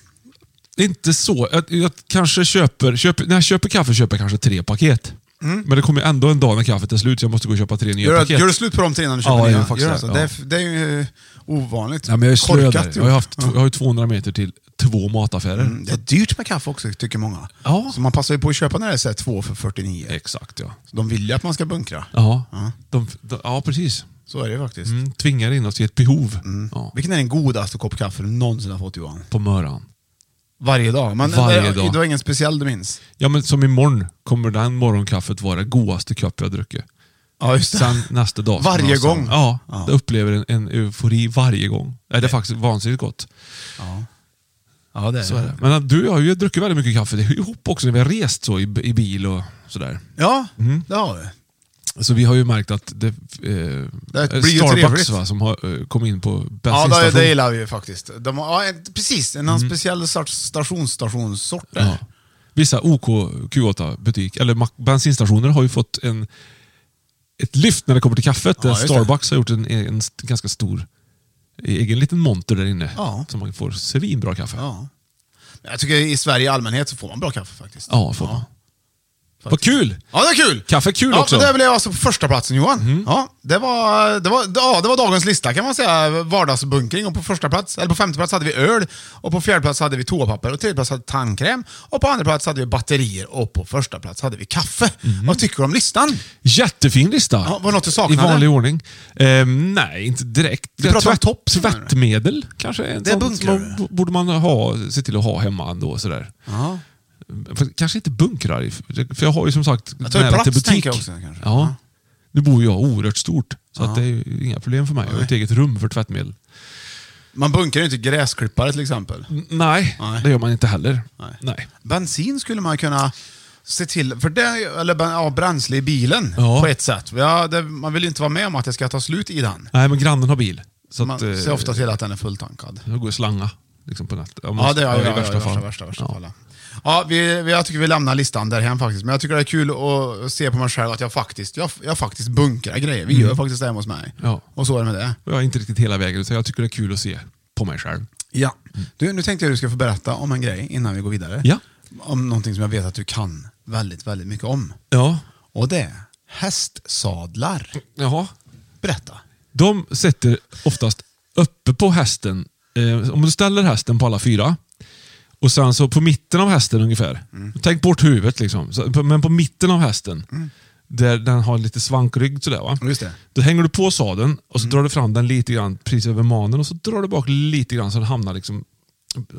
Speaker 3: Inte så. Jag, jag kanske köper, köper... När jag köper kaffe köper jag kanske tre paket. Men det kommer ju ändå en dag när kaffet är slut så jag måste gå och köpa tre nya
Speaker 4: Mm. Gör,
Speaker 3: paket.
Speaker 4: gör du slut på dem till innan du
Speaker 3: Ja,
Speaker 4: köper
Speaker 3: jag
Speaker 4: nya?
Speaker 3: gör faktiskt
Speaker 4: Gör
Speaker 3: det,
Speaker 4: alltså.
Speaker 3: ja.
Speaker 4: det, är, det är ju eh, ovanligt.
Speaker 3: Nej, men jag är slö där.
Speaker 4: Korkat
Speaker 3: Jag har, ju
Speaker 4: gjort.
Speaker 3: haft, jag har ju 200 meter till två mataffärer.
Speaker 4: Mm, Det är dyrt med kaffe också, tycker många.
Speaker 3: Ja.
Speaker 4: Så man passar ju på att köpa när det är så här två för 49.
Speaker 3: Exakt ja.
Speaker 4: Så de vill ju att man ska bunkra.
Speaker 3: Ja,
Speaker 4: Ja.
Speaker 3: de, de, ja precis.
Speaker 4: Så är det ju faktiskt.
Speaker 3: Mm, tvingar in oss i ett behov. Ja.
Speaker 4: Vilken är den godaste kopp kaffe du någonsin har fått Johan?
Speaker 3: På möran.
Speaker 4: Varje dag? Men
Speaker 3: Varje
Speaker 4: det,
Speaker 3: dag.
Speaker 4: Det var ingen speciell du minns?
Speaker 3: Ja, men som imorgon kommer den morgonkaffet vara det godaste kopp jag druckit.
Speaker 4: Ja, just det.
Speaker 3: Sen nästa dag. ska
Speaker 4: Varje
Speaker 3: man ha samma-
Speaker 4: gång?
Speaker 3: Ja,
Speaker 4: Ja.
Speaker 3: jag upplever en, en eufori varje gång. Nej, det är faktiskt vansinnigt gott.
Speaker 4: Ja, det är,
Speaker 3: Så är det. Men att du har ju druckit väldigt mycket kaffe ihop också när vi har rest så i, i bil och sådär.
Speaker 4: Ja,
Speaker 3: Mm.
Speaker 4: det har vi.
Speaker 3: Så vi har ju märkt att det, eh,
Speaker 4: blir ju trevligt.
Speaker 3: Starbucks va, som har eh, kommit in på
Speaker 4: Ja, det,
Speaker 3: bensinstation.
Speaker 4: det gillar vi ju faktiskt. De har, ja, en, precis, en mm. speciell sorts stationsstationssort där.
Speaker 3: Ja. Vissa OK Q8-butik, eller mack- bensinstationer har ju fått en, ett lyft när det kommer till kaffet.
Speaker 4: Ja,
Speaker 3: där
Speaker 4: just det.
Speaker 3: Starbucks har gjort en, en st- ganska stor egen liten monter där inne.
Speaker 4: Ja.
Speaker 3: Så man får svinbra kaffe.
Speaker 4: Ja. Men Jag tycker i Sverige i allmänhet så får man bra kaffe faktiskt.
Speaker 3: Ja, får man. Vad kul!
Speaker 4: Ja, det är kul!
Speaker 3: Kaffe är kul
Speaker 4: ja,
Speaker 3: också. Mm.
Speaker 4: men Där blev jag alltså på första platsen Johan. Ja, det, var, det, var, ja, det var dagens lista kan man säga. Vardagsbunkring. Och på första plats, eller på femte plats hade vi öl. Och på fjärde plats hade vi toapapper. Och tredje plats hade vi tandkräm. Och på andra plats hade vi batterier. Och på första plats hade vi kaffe.
Speaker 3: Mm.
Speaker 4: Vad tycker du om listan?
Speaker 3: Jättefin lista.
Speaker 4: Ja, var det något du
Speaker 3: I
Speaker 4: saknade?
Speaker 3: vanlig ordning. Ehm, nej, inte direkt.
Speaker 4: Du pratar om tops, menar du?
Speaker 3: Tvättmedel kanske? är En
Speaker 4: Det
Speaker 3: sån
Speaker 4: bunkrar
Speaker 3: som man- borde man ha, se till att ha hemma ändå. Sådär.
Speaker 4: Ja.
Speaker 3: För, kanske inte bunkrar, i- för jag har ju som sagt
Speaker 4: Jag tar ju plats, tänker jag också, kanske.
Speaker 3: Ja. Nu bor ju jag oerhört stort, så
Speaker 4: Ja.
Speaker 3: att det är ju inga problem för mig. Jag har ju ett eget rum för tvättmedel.
Speaker 4: Man bunkrar ju inte gräsklippare till exempel.
Speaker 3: Nej,
Speaker 4: Nej.
Speaker 3: det gör man inte heller.
Speaker 4: Nej.
Speaker 3: Nej.
Speaker 4: Bensin skulle man kunna se till, för det, eller ben- ja, bränsle i bilen
Speaker 3: Ja.
Speaker 4: på ett sätt. Ja, det, man vill ju inte vara med om att det ska ta slut i den.
Speaker 3: Nej, men grannen har bil. Så
Speaker 4: man
Speaker 3: att, eh,
Speaker 4: ser ofta till att den är fulltankad.
Speaker 3: det går slanga liksom på natten.
Speaker 4: Ja, det är ja, i värsta, ja, värsta, värsta, värsta fall. Ja, vi, vi, jag tycker vi lämnar listan därhen faktiskt. Men jag tycker det är kul att se på mig själv att jag faktiskt, jag, jag faktiskt bunkrar grejer. Vi
Speaker 3: Mm.
Speaker 4: gör faktiskt det hemma hos mig.
Speaker 3: Ja.
Speaker 4: Och så är det med det.
Speaker 3: Och Jag är inte riktigt hela vägen, utan jag tycker det är kul att se på mig själv.
Speaker 4: Ja. Du, nu tänkte jag att du ska få berätta om en grej innan vi går vidare.
Speaker 3: Ja.
Speaker 4: Om någonting som jag vet att du kan väldigt, väldigt mycket om.
Speaker 3: Ja.
Speaker 4: Och det är hästsadlar.
Speaker 3: Jaha.
Speaker 4: Berätta.
Speaker 3: De sätter oftast uppe på hästen. Eh, om du ställer hästen på alla fyra och sen så på mitten av hästen ungefär.
Speaker 4: Mm.
Speaker 3: Tänk bort huvudet liksom. Så, på- men på mitten av hästen, där den har lite svankrygg sådär va.
Speaker 4: Just det. Mm.
Speaker 3: Då hänger du på sadeln och så drar du fram den lite grann precis över manen och så drar du bak lite grann så den hamnar liksom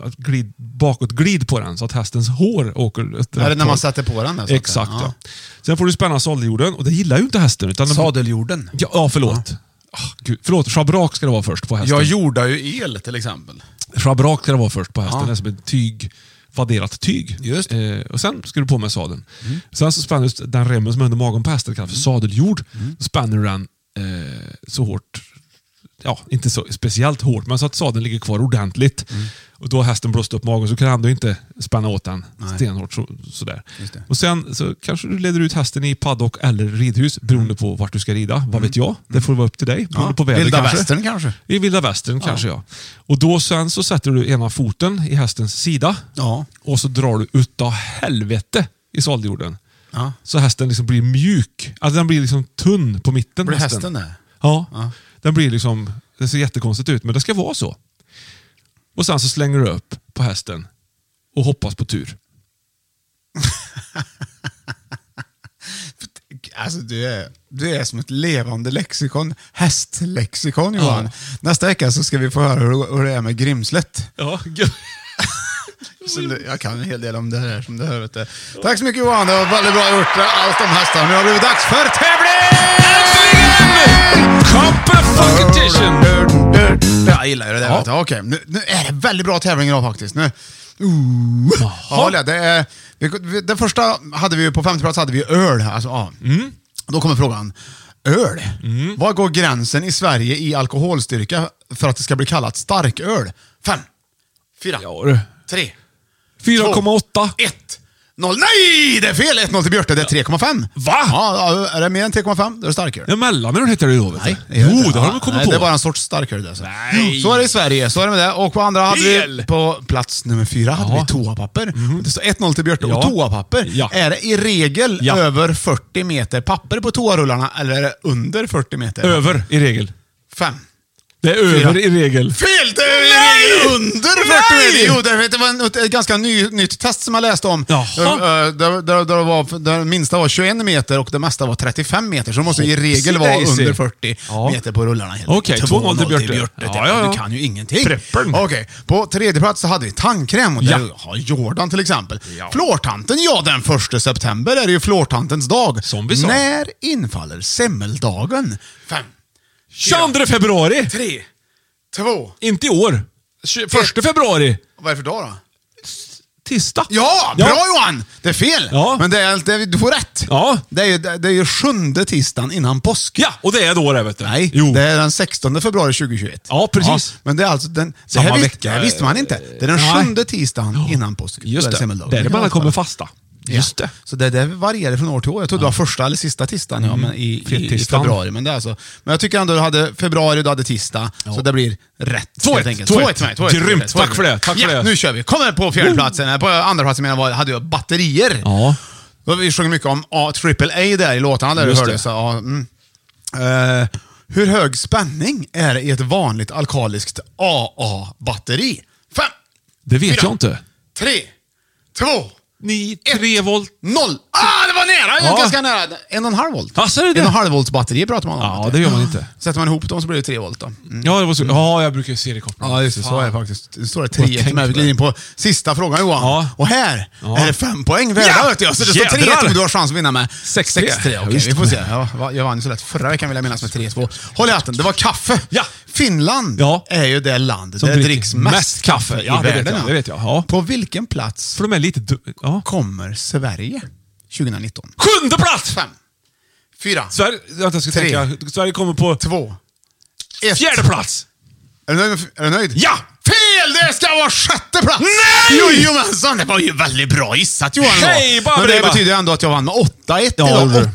Speaker 3: att glid, bakåt glid på den så att hästens hår åker åt
Speaker 4: Är det
Speaker 3: rätt
Speaker 4: när man
Speaker 3: håll.
Speaker 4: sätter på den? där, så att säga?
Speaker 3: Exakt ja. Sen får du spänna sadeljorden och det gillar ju inte hästen. Utan den-
Speaker 4: Sadeljorden.
Speaker 3: Ja, ja förlåt. Ah, Gud, förlåt, schabrak ska det vara först på hästen.
Speaker 4: Jag jordar ju el till exempel.
Speaker 3: Schabrak ska det vara först på hästen.
Speaker 4: Ja.
Speaker 3: Det är som ett tyg, vadderat tyg.
Speaker 4: Just. Mm.
Speaker 3: Eh, och sen ska du på med sadeln. Sen så spänner du den remmen som är under magen på hästen, kallas för sadeljord.
Speaker 4: Mm.
Speaker 3: Då spänner du den eh, så hårt, ja inte så speciellt hårt, men så att sadeln ligger kvar ordentligt.
Speaker 4: Mm.
Speaker 3: Och Då har hästen blåst upp magen så kan du ändå inte spänna åt den
Speaker 4: Nej.
Speaker 3: stenhårt. Så, sådär.
Speaker 4: Just det.
Speaker 3: Och Sen så kanske du leder ut hästen i paddock eller ridhus
Speaker 4: Mm.
Speaker 3: beroende på vart du ska rida. Vad vet jag? Det får vara upp till dig. Beroende på väder
Speaker 4: Vilda
Speaker 3: kanske.
Speaker 4: västern kanske?
Speaker 3: I vilda västern kanske ja. Och då sen så sätter du ena foten i hästens sida
Speaker 4: Ja.
Speaker 3: och så drar du utav helvete i sadeljorden.
Speaker 4: ja.
Speaker 3: Så hästen liksom blir mjuk. Alltså den blir liksom tunn på mitten.
Speaker 4: Blir hästen det?
Speaker 3: Ja.
Speaker 4: Ja.
Speaker 3: Den blir liksom... Det ser jättekonstigt ut men det ska vara så. Och sen så slänger du upp på hästen och hoppas på tur.
Speaker 4: Alltså du är, du är som ett levande lexikon. Hästlexikon Johan. Nästa vecka så ska vi få höra hur, hur det är med Grimslet.
Speaker 3: Ja,
Speaker 4: Så det- jag kan en hel del om det här som du hör. Vet du. Tack så mycket Johan, det var väldigt bra gjort. eh, Allt om hästar. Nu har det blivit dags för tävling! Jag gillar ju det där.
Speaker 3: Ja.
Speaker 4: vet du. Okej, nu, nu är det väldigt bra tävling idag faktiskt. Nu. Ooh. Ja, det är, vi- vi- den första hade vi ju, på femte plats hade vi öl. Alltså, ja.
Speaker 3: Mm.
Speaker 4: Då kommer frågan. Öl? Var går gränsen i Sverige i alkoholstyrka för att det ska bli kallat starköl? Fem, fyra,
Speaker 3: Ja, du.
Speaker 4: tre,
Speaker 3: 4,8.
Speaker 4: 1. 0. Nej, det är fel! 1-0 till Björte. Det är 3,5.
Speaker 3: Va?
Speaker 4: Ja, ja, är det mer än 3,5 då är det starkare.
Speaker 3: Ja, mellanöl heter det ju då. vet du.
Speaker 4: gör
Speaker 3: Jo,
Speaker 4: inte.
Speaker 3: det har de
Speaker 4: Ja,
Speaker 3: väl kommit
Speaker 4: nej,
Speaker 3: på.
Speaker 4: Det är bara en sorts starkare det. Alltså.
Speaker 3: Nej.
Speaker 4: Så är det i Sverige, så är det med det. Och på andra hade vi,
Speaker 3: Fel.
Speaker 4: på plats nummer fyra hade
Speaker 3: Ja. Mhm.
Speaker 4: vi toapapper. Och Det står 1-0 till Björte. Och
Speaker 3: Ja.
Speaker 4: toapapper,
Speaker 3: Ja.
Speaker 4: är det i regel
Speaker 3: Ja.
Speaker 4: över 40 meter papper på toarullarna eller är det under 40 meter?
Speaker 3: Över i regel.
Speaker 4: Fem.
Speaker 3: Det är
Speaker 4: Fyra.
Speaker 3: över i regel.
Speaker 4: Fel! Det är
Speaker 3: Nej!
Speaker 4: under 40
Speaker 3: Nej!
Speaker 4: meter! Jo, det, det var en, ett ganska ny, nytt test som jag läste om. Eh,
Speaker 3: Jaha.
Speaker 4: Där, där, där, där var, där den minsta var 21 meter och det mesta var 35 meter. Så det måste i
Speaker 3: Hoppsi
Speaker 4: regel vara
Speaker 3: daisy.
Speaker 4: under 40
Speaker 3: Ja.
Speaker 4: meter på rullarna. helt
Speaker 3: Okej,
Speaker 4: enkelt.
Speaker 3: 2-0 till
Speaker 4: 2-0
Speaker 3: Björte.
Speaker 4: Ja,
Speaker 3: Ja, ja, ja.
Speaker 4: Du kan ju ingenting.
Speaker 3: Preppern.
Speaker 4: Okej, på tredje plats så hade vi tandkräm. Och där
Speaker 3: Ja.
Speaker 4: har Jordan till exempel.
Speaker 3: Ja.
Speaker 4: Flårtanten, ja den 1 september är det ju flårtantens dag.
Speaker 3: Som vi sa.
Speaker 4: När infaller semmeldagen? Fem,
Speaker 3: 22 februari!
Speaker 4: tre, två,
Speaker 3: Inte i år. 21 februari.
Speaker 4: Vad är det för dag då?
Speaker 3: Tisdag.
Speaker 4: Ja, bra Johan! Det är fel,
Speaker 3: Ja.
Speaker 4: men det är, det, du får rätt.
Speaker 3: Ja.
Speaker 4: Det är ju det det är ju sjunde tisdagen innan påsk.
Speaker 3: Ja, och det är då det vet du.
Speaker 4: Nej,
Speaker 3: Jo.
Speaker 4: det är den 16 februari 2021.
Speaker 3: Ja, precis.
Speaker 4: men det är alltså den... Det
Speaker 3: Samma
Speaker 4: här, visst,
Speaker 3: vecka. eh,
Speaker 4: det här visste man inte. Det är den
Speaker 3: Nej.
Speaker 4: sjunde tisdagen innan påsk.
Speaker 3: Just
Speaker 4: Då är
Speaker 3: det.
Speaker 4: semmeldagen.
Speaker 3: Däremellan kommer fasta. Just det.
Speaker 4: Så det, det varierar från år till år. Jag trodde det var första eller sista tisdagen
Speaker 3: Mm.
Speaker 4: ja, men i, i, i
Speaker 3: Fettisdagen.
Speaker 4: februari. Men, det är alltså, men jag tycker ändå du hade februari, du hade tisdag. Så det blir rätt.
Speaker 3: 2-1,
Speaker 4: helt enkelt.
Speaker 3: 2-1.
Speaker 4: 2-1 till mig, 2-1.
Speaker 3: Grymt,
Speaker 4: 2-1.
Speaker 3: tack för det, tack
Speaker 4: ja,
Speaker 3: för det.
Speaker 4: Nu kör vi. Kommer på fjärdeplatsen. Här På andraplatsen menar jag var- hade jag batterier.
Speaker 3: Ja.
Speaker 4: Då Vi sjöng mycket om AAA där i låtarna. Där du
Speaker 3: Just
Speaker 4: hörde,
Speaker 3: det.
Speaker 4: Så, ja, mm. Eh, hur hög spänning är det i ett vanligt alkaliskt AA-batteri? Fem,
Speaker 3: Det vet
Speaker 4: Fyra.
Speaker 3: jag inte.
Speaker 4: tre, två,
Speaker 3: Ni, tre volt.
Speaker 4: noll. Ah, det var nära!
Speaker 3: Ja.
Speaker 4: Ganska nära. En och en halv volt.
Speaker 3: Alltså, är det
Speaker 4: en och en
Speaker 3: det?
Speaker 4: halv volts batteri pratar man om.
Speaker 3: Ja, det gör man inte.
Speaker 4: Sätter man ihop dem så blir det tre volt då. Mm.
Speaker 3: Ja, det var så. ja jag brukar ju se det kopplat.
Speaker 4: Ja, just det. Så
Speaker 3: Fan.
Speaker 4: är det faktiskt. Nu står det
Speaker 3: Jag tänkte
Speaker 4: 3 med.
Speaker 3: på
Speaker 4: Vi glider in på sista frågan Johan.
Speaker 3: Ja.
Speaker 4: Och här
Speaker 3: Ja.
Speaker 4: är det fem poäng värda.
Speaker 3: Ja!
Speaker 4: Vet jag. Så det står 3
Speaker 3: Jädrar!
Speaker 4: men du har chans att vinna med 6-3. Okej,
Speaker 3: Ja, visst.
Speaker 4: vi får se. Ja, va- jag vann ju så lätt förra veckan vill jag minnas med 3-2. Håll i hatten, det var kaffe.
Speaker 3: Ja.
Speaker 4: Finland
Speaker 3: Ja.
Speaker 4: är ju det land
Speaker 3: Som
Speaker 4: där det
Speaker 3: dricker
Speaker 4: dricks mest,
Speaker 3: mest
Speaker 4: kaffe,
Speaker 3: kaffe.
Speaker 4: i
Speaker 3: Ja, det vet
Speaker 4: världen.
Speaker 3: jag, det vet jag. Ja.
Speaker 4: På vilken plats
Speaker 3: För de är lite... du- Ja.
Speaker 4: kommer Sverige 2019?
Speaker 3: Sjunde plats!
Speaker 4: Fem, fyra,
Speaker 3: Sverige, vänta, jag ska
Speaker 4: Tre.
Speaker 3: tänka. Sverige kommer på
Speaker 4: två, ett.
Speaker 3: fjärde plats.
Speaker 4: Är du nöjd? Är du nöjd?
Speaker 3: Ja!
Speaker 4: Fel! Det ska vara sjätte plats!
Speaker 3: Nej!
Speaker 4: Jojomensan, det var ju väldigt bra gissat Johan. ändå.
Speaker 3: Hej, bara
Speaker 4: Men det
Speaker 3: bra.
Speaker 4: betyder ju ändå att jag vann med 8-1
Speaker 3: Ja, det gjorde
Speaker 4: idag.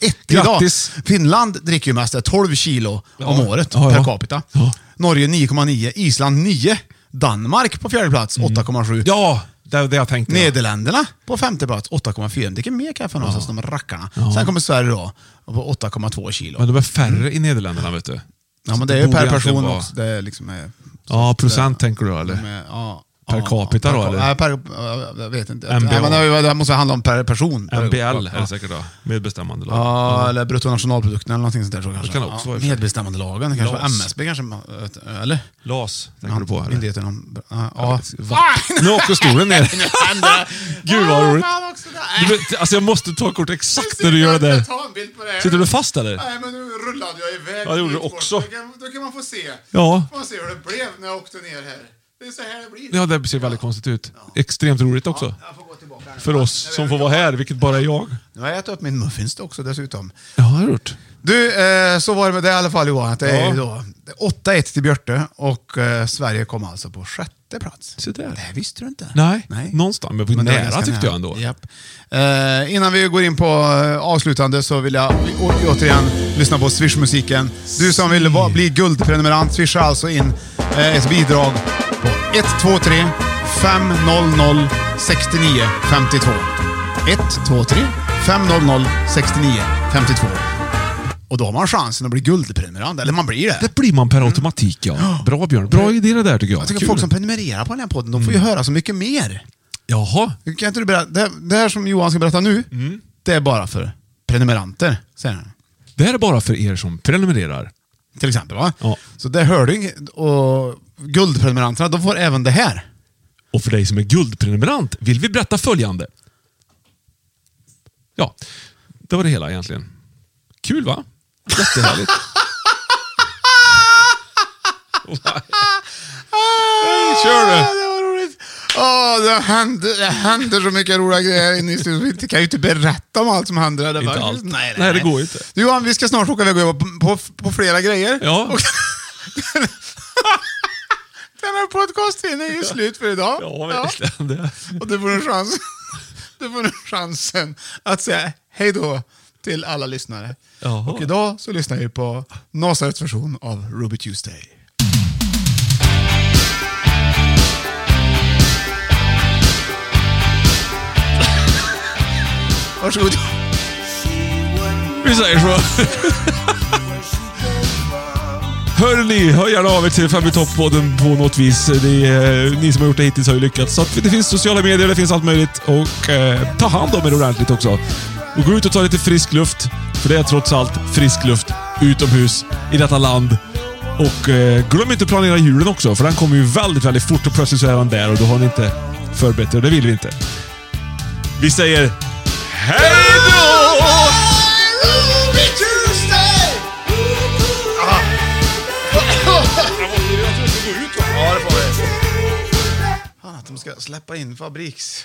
Speaker 3: du.
Speaker 4: 8-1 idag.
Speaker 3: Grattis.
Speaker 4: Finland dricker ju mest, det är 12 kilo om året
Speaker 3: Ja,
Speaker 4: per
Speaker 3: ja.
Speaker 4: capita.
Speaker 3: Ja.
Speaker 4: Norge 9,9, Island 9, Danmark på fjärde plats 8,7.
Speaker 3: Mm. Ja, det var det jag tänkte.
Speaker 4: Nederländerna på femte plats 8,4. Det är mer kaffe än oss, alltså, de rackarna. Sen kommer Sverige då på 8,2 kilo.
Speaker 3: Men de är färre i Nederländerna, vet du.
Speaker 4: Mm. Ja, men
Speaker 3: Så
Speaker 4: det är ju
Speaker 3: borde
Speaker 4: per
Speaker 3: egentligen
Speaker 4: person
Speaker 3: vara-
Speaker 4: också. Det är liksom, eh,
Speaker 3: Ja, procent tänker du eller?
Speaker 4: Med, ja,
Speaker 3: Per
Speaker 4: ja,
Speaker 3: capita
Speaker 4: ja,
Speaker 3: då,
Speaker 4: per-
Speaker 3: eller?
Speaker 4: Nej, per, ja, jag vet inte.
Speaker 3: MBA.
Speaker 4: Nej, men det, det måste handla om per person. Per-
Speaker 3: MBL är
Speaker 4: ja.
Speaker 3: det säkert då. Medbestämmande lag.
Speaker 4: Ja, eller bruttonationalprodukten eller någonting sånt där. Så kanske.
Speaker 3: kan det också vara i och för sig.
Speaker 4: Medbestämmandelagen, det kanske var
Speaker 3: LAS.
Speaker 4: MSB kanske, man- äh, eller?
Speaker 3: LAS tänker du på eller?
Speaker 4: Myndigheten om... Ja. ja.
Speaker 3: Vatten. Nu åker stolen ner. Gud vad roligt.
Speaker 4: Fan också där.
Speaker 3: Du, vet, alltså jag måste ta kort exakt när du gör det där.
Speaker 4: Ta en bild på det.
Speaker 3: Sitter du fast eller?
Speaker 4: Nej, men nu rullade jag iväg.
Speaker 3: Ja, det gjorde
Speaker 4: dit
Speaker 3: du
Speaker 4: bort.
Speaker 3: också.
Speaker 4: Då kan, då kan man få se.
Speaker 3: Ja.
Speaker 4: Man ser hur det blev när jag åkte ner här. Det är så här det blir.
Speaker 3: Ja, det ser väldigt konstigt ut. Extremt roligt också.
Speaker 4: Jag får gå tillbaka här.
Speaker 3: För oss som får vara här, vilket bara är jag.
Speaker 4: Nu har jag ätit upp min muffins då också dessutom.
Speaker 3: Ja, har du gjort.
Speaker 4: Du, eh, så var det med det i alla fall Johan. Att det är
Speaker 3: Ja.
Speaker 4: ju då 8-1 till Björte och eh, Sverige kom alltså på sjätte plats.
Speaker 3: Så där.
Speaker 4: Det visste du inte.
Speaker 3: Nej, någonstans, men vi var
Speaker 4: det var
Speaker 3: nära
Speaker 4: ganska
Speaker 3: tyckte jag ändå.
Speaker 4: Japp. Eh, innan vi går in på eh, avslutande så vill jag å- återigen lyssna på Swish-musiken. Du som vill va- bli guldprenumerant swishar alltså in eh, ett bidrag på 123 500 69 52. 123 500 69 52. Och då har man chansen att bli guldprenumerant. Eller man blir det.
Speaker 3: Det blir man per automatik ja. Bra Björn. Bra idé det där tycker jag.
Speaker 4: Mm. Jag tycker
Speaker 3: Kul.
Speaker 4: folk som prenumererar på den här podden, de får ju höra så mycket mer.
Speaker 3: Jaha.
Speaker 4: Kan inte du berätta, det, det här som Johan ska berätta nu,
Speaker 3: Mm.
Speaker 4: det är bara för prenumeranter, säger han.
Speaker 3: Det här är bara för er som prenumererar.
Speaker 4: Till exempel. Va?
Speaker 3: Ja.
Speaker 4: Så det hör du inget- och guldprenumeranterna, de får även det här.
Speaker 3: Och för dig som är guldprenumerant vill vi berätta följande. Ja, det var det hela egentligen. Kul va? Jättehärligt. Kör
Speaker 4: Ah,
Speaker 3: du!
Speaker 4: det var roligt. Åh, det, händer, det händer så mycket roliga grejer inne i studion. Vi kan ju inte berätta om allt som händer. här. Det
Speaker 3: Inte
Speaker 4: var-
Speaker 3: allt. Nej, det går inte.
Speaker 4: Du, Johan, vi ska snart åka iväg och jobba på, på, på flera grejer.
Speaker 3: Ja.
Speaker 4: Och, den här podcastfilmen är ju slut för idag.
Speaker 3: Ja, verkligen. Det.
Speaker 4: Och du får en chans. Du får en chansen att säga hej då till alla lyssnare.
Speaker 3: Jaha.
Speaker 4: Och idag så lyssnar vi på Nasarets version av Ruby Tuesday. Varsågod.
Speaker 3: Vi säger så. Hörni, hör gärna av er till Fem i topp-podden på något vis. Det är, eh, ni som har gjort det hittills har ju lyckats. Så att det finns sociala medier, det finns allt möjligt. Och eh, ta hand om er ordentligt också. Och gå ut och ta lite frisk luft. För det är trots allt frisk luft utomhus i detta land. Och eh, glöm inte att planera julen också, för den kommer ju väldigt, väldigt fort och plötsligt så är den där och då har ni inte förberett er och det vill vi inte. Vi säger hej då!
Speaker 4: Ruby Tuesday! Ja, det får vi. Fan att de ska släppa in fabriks...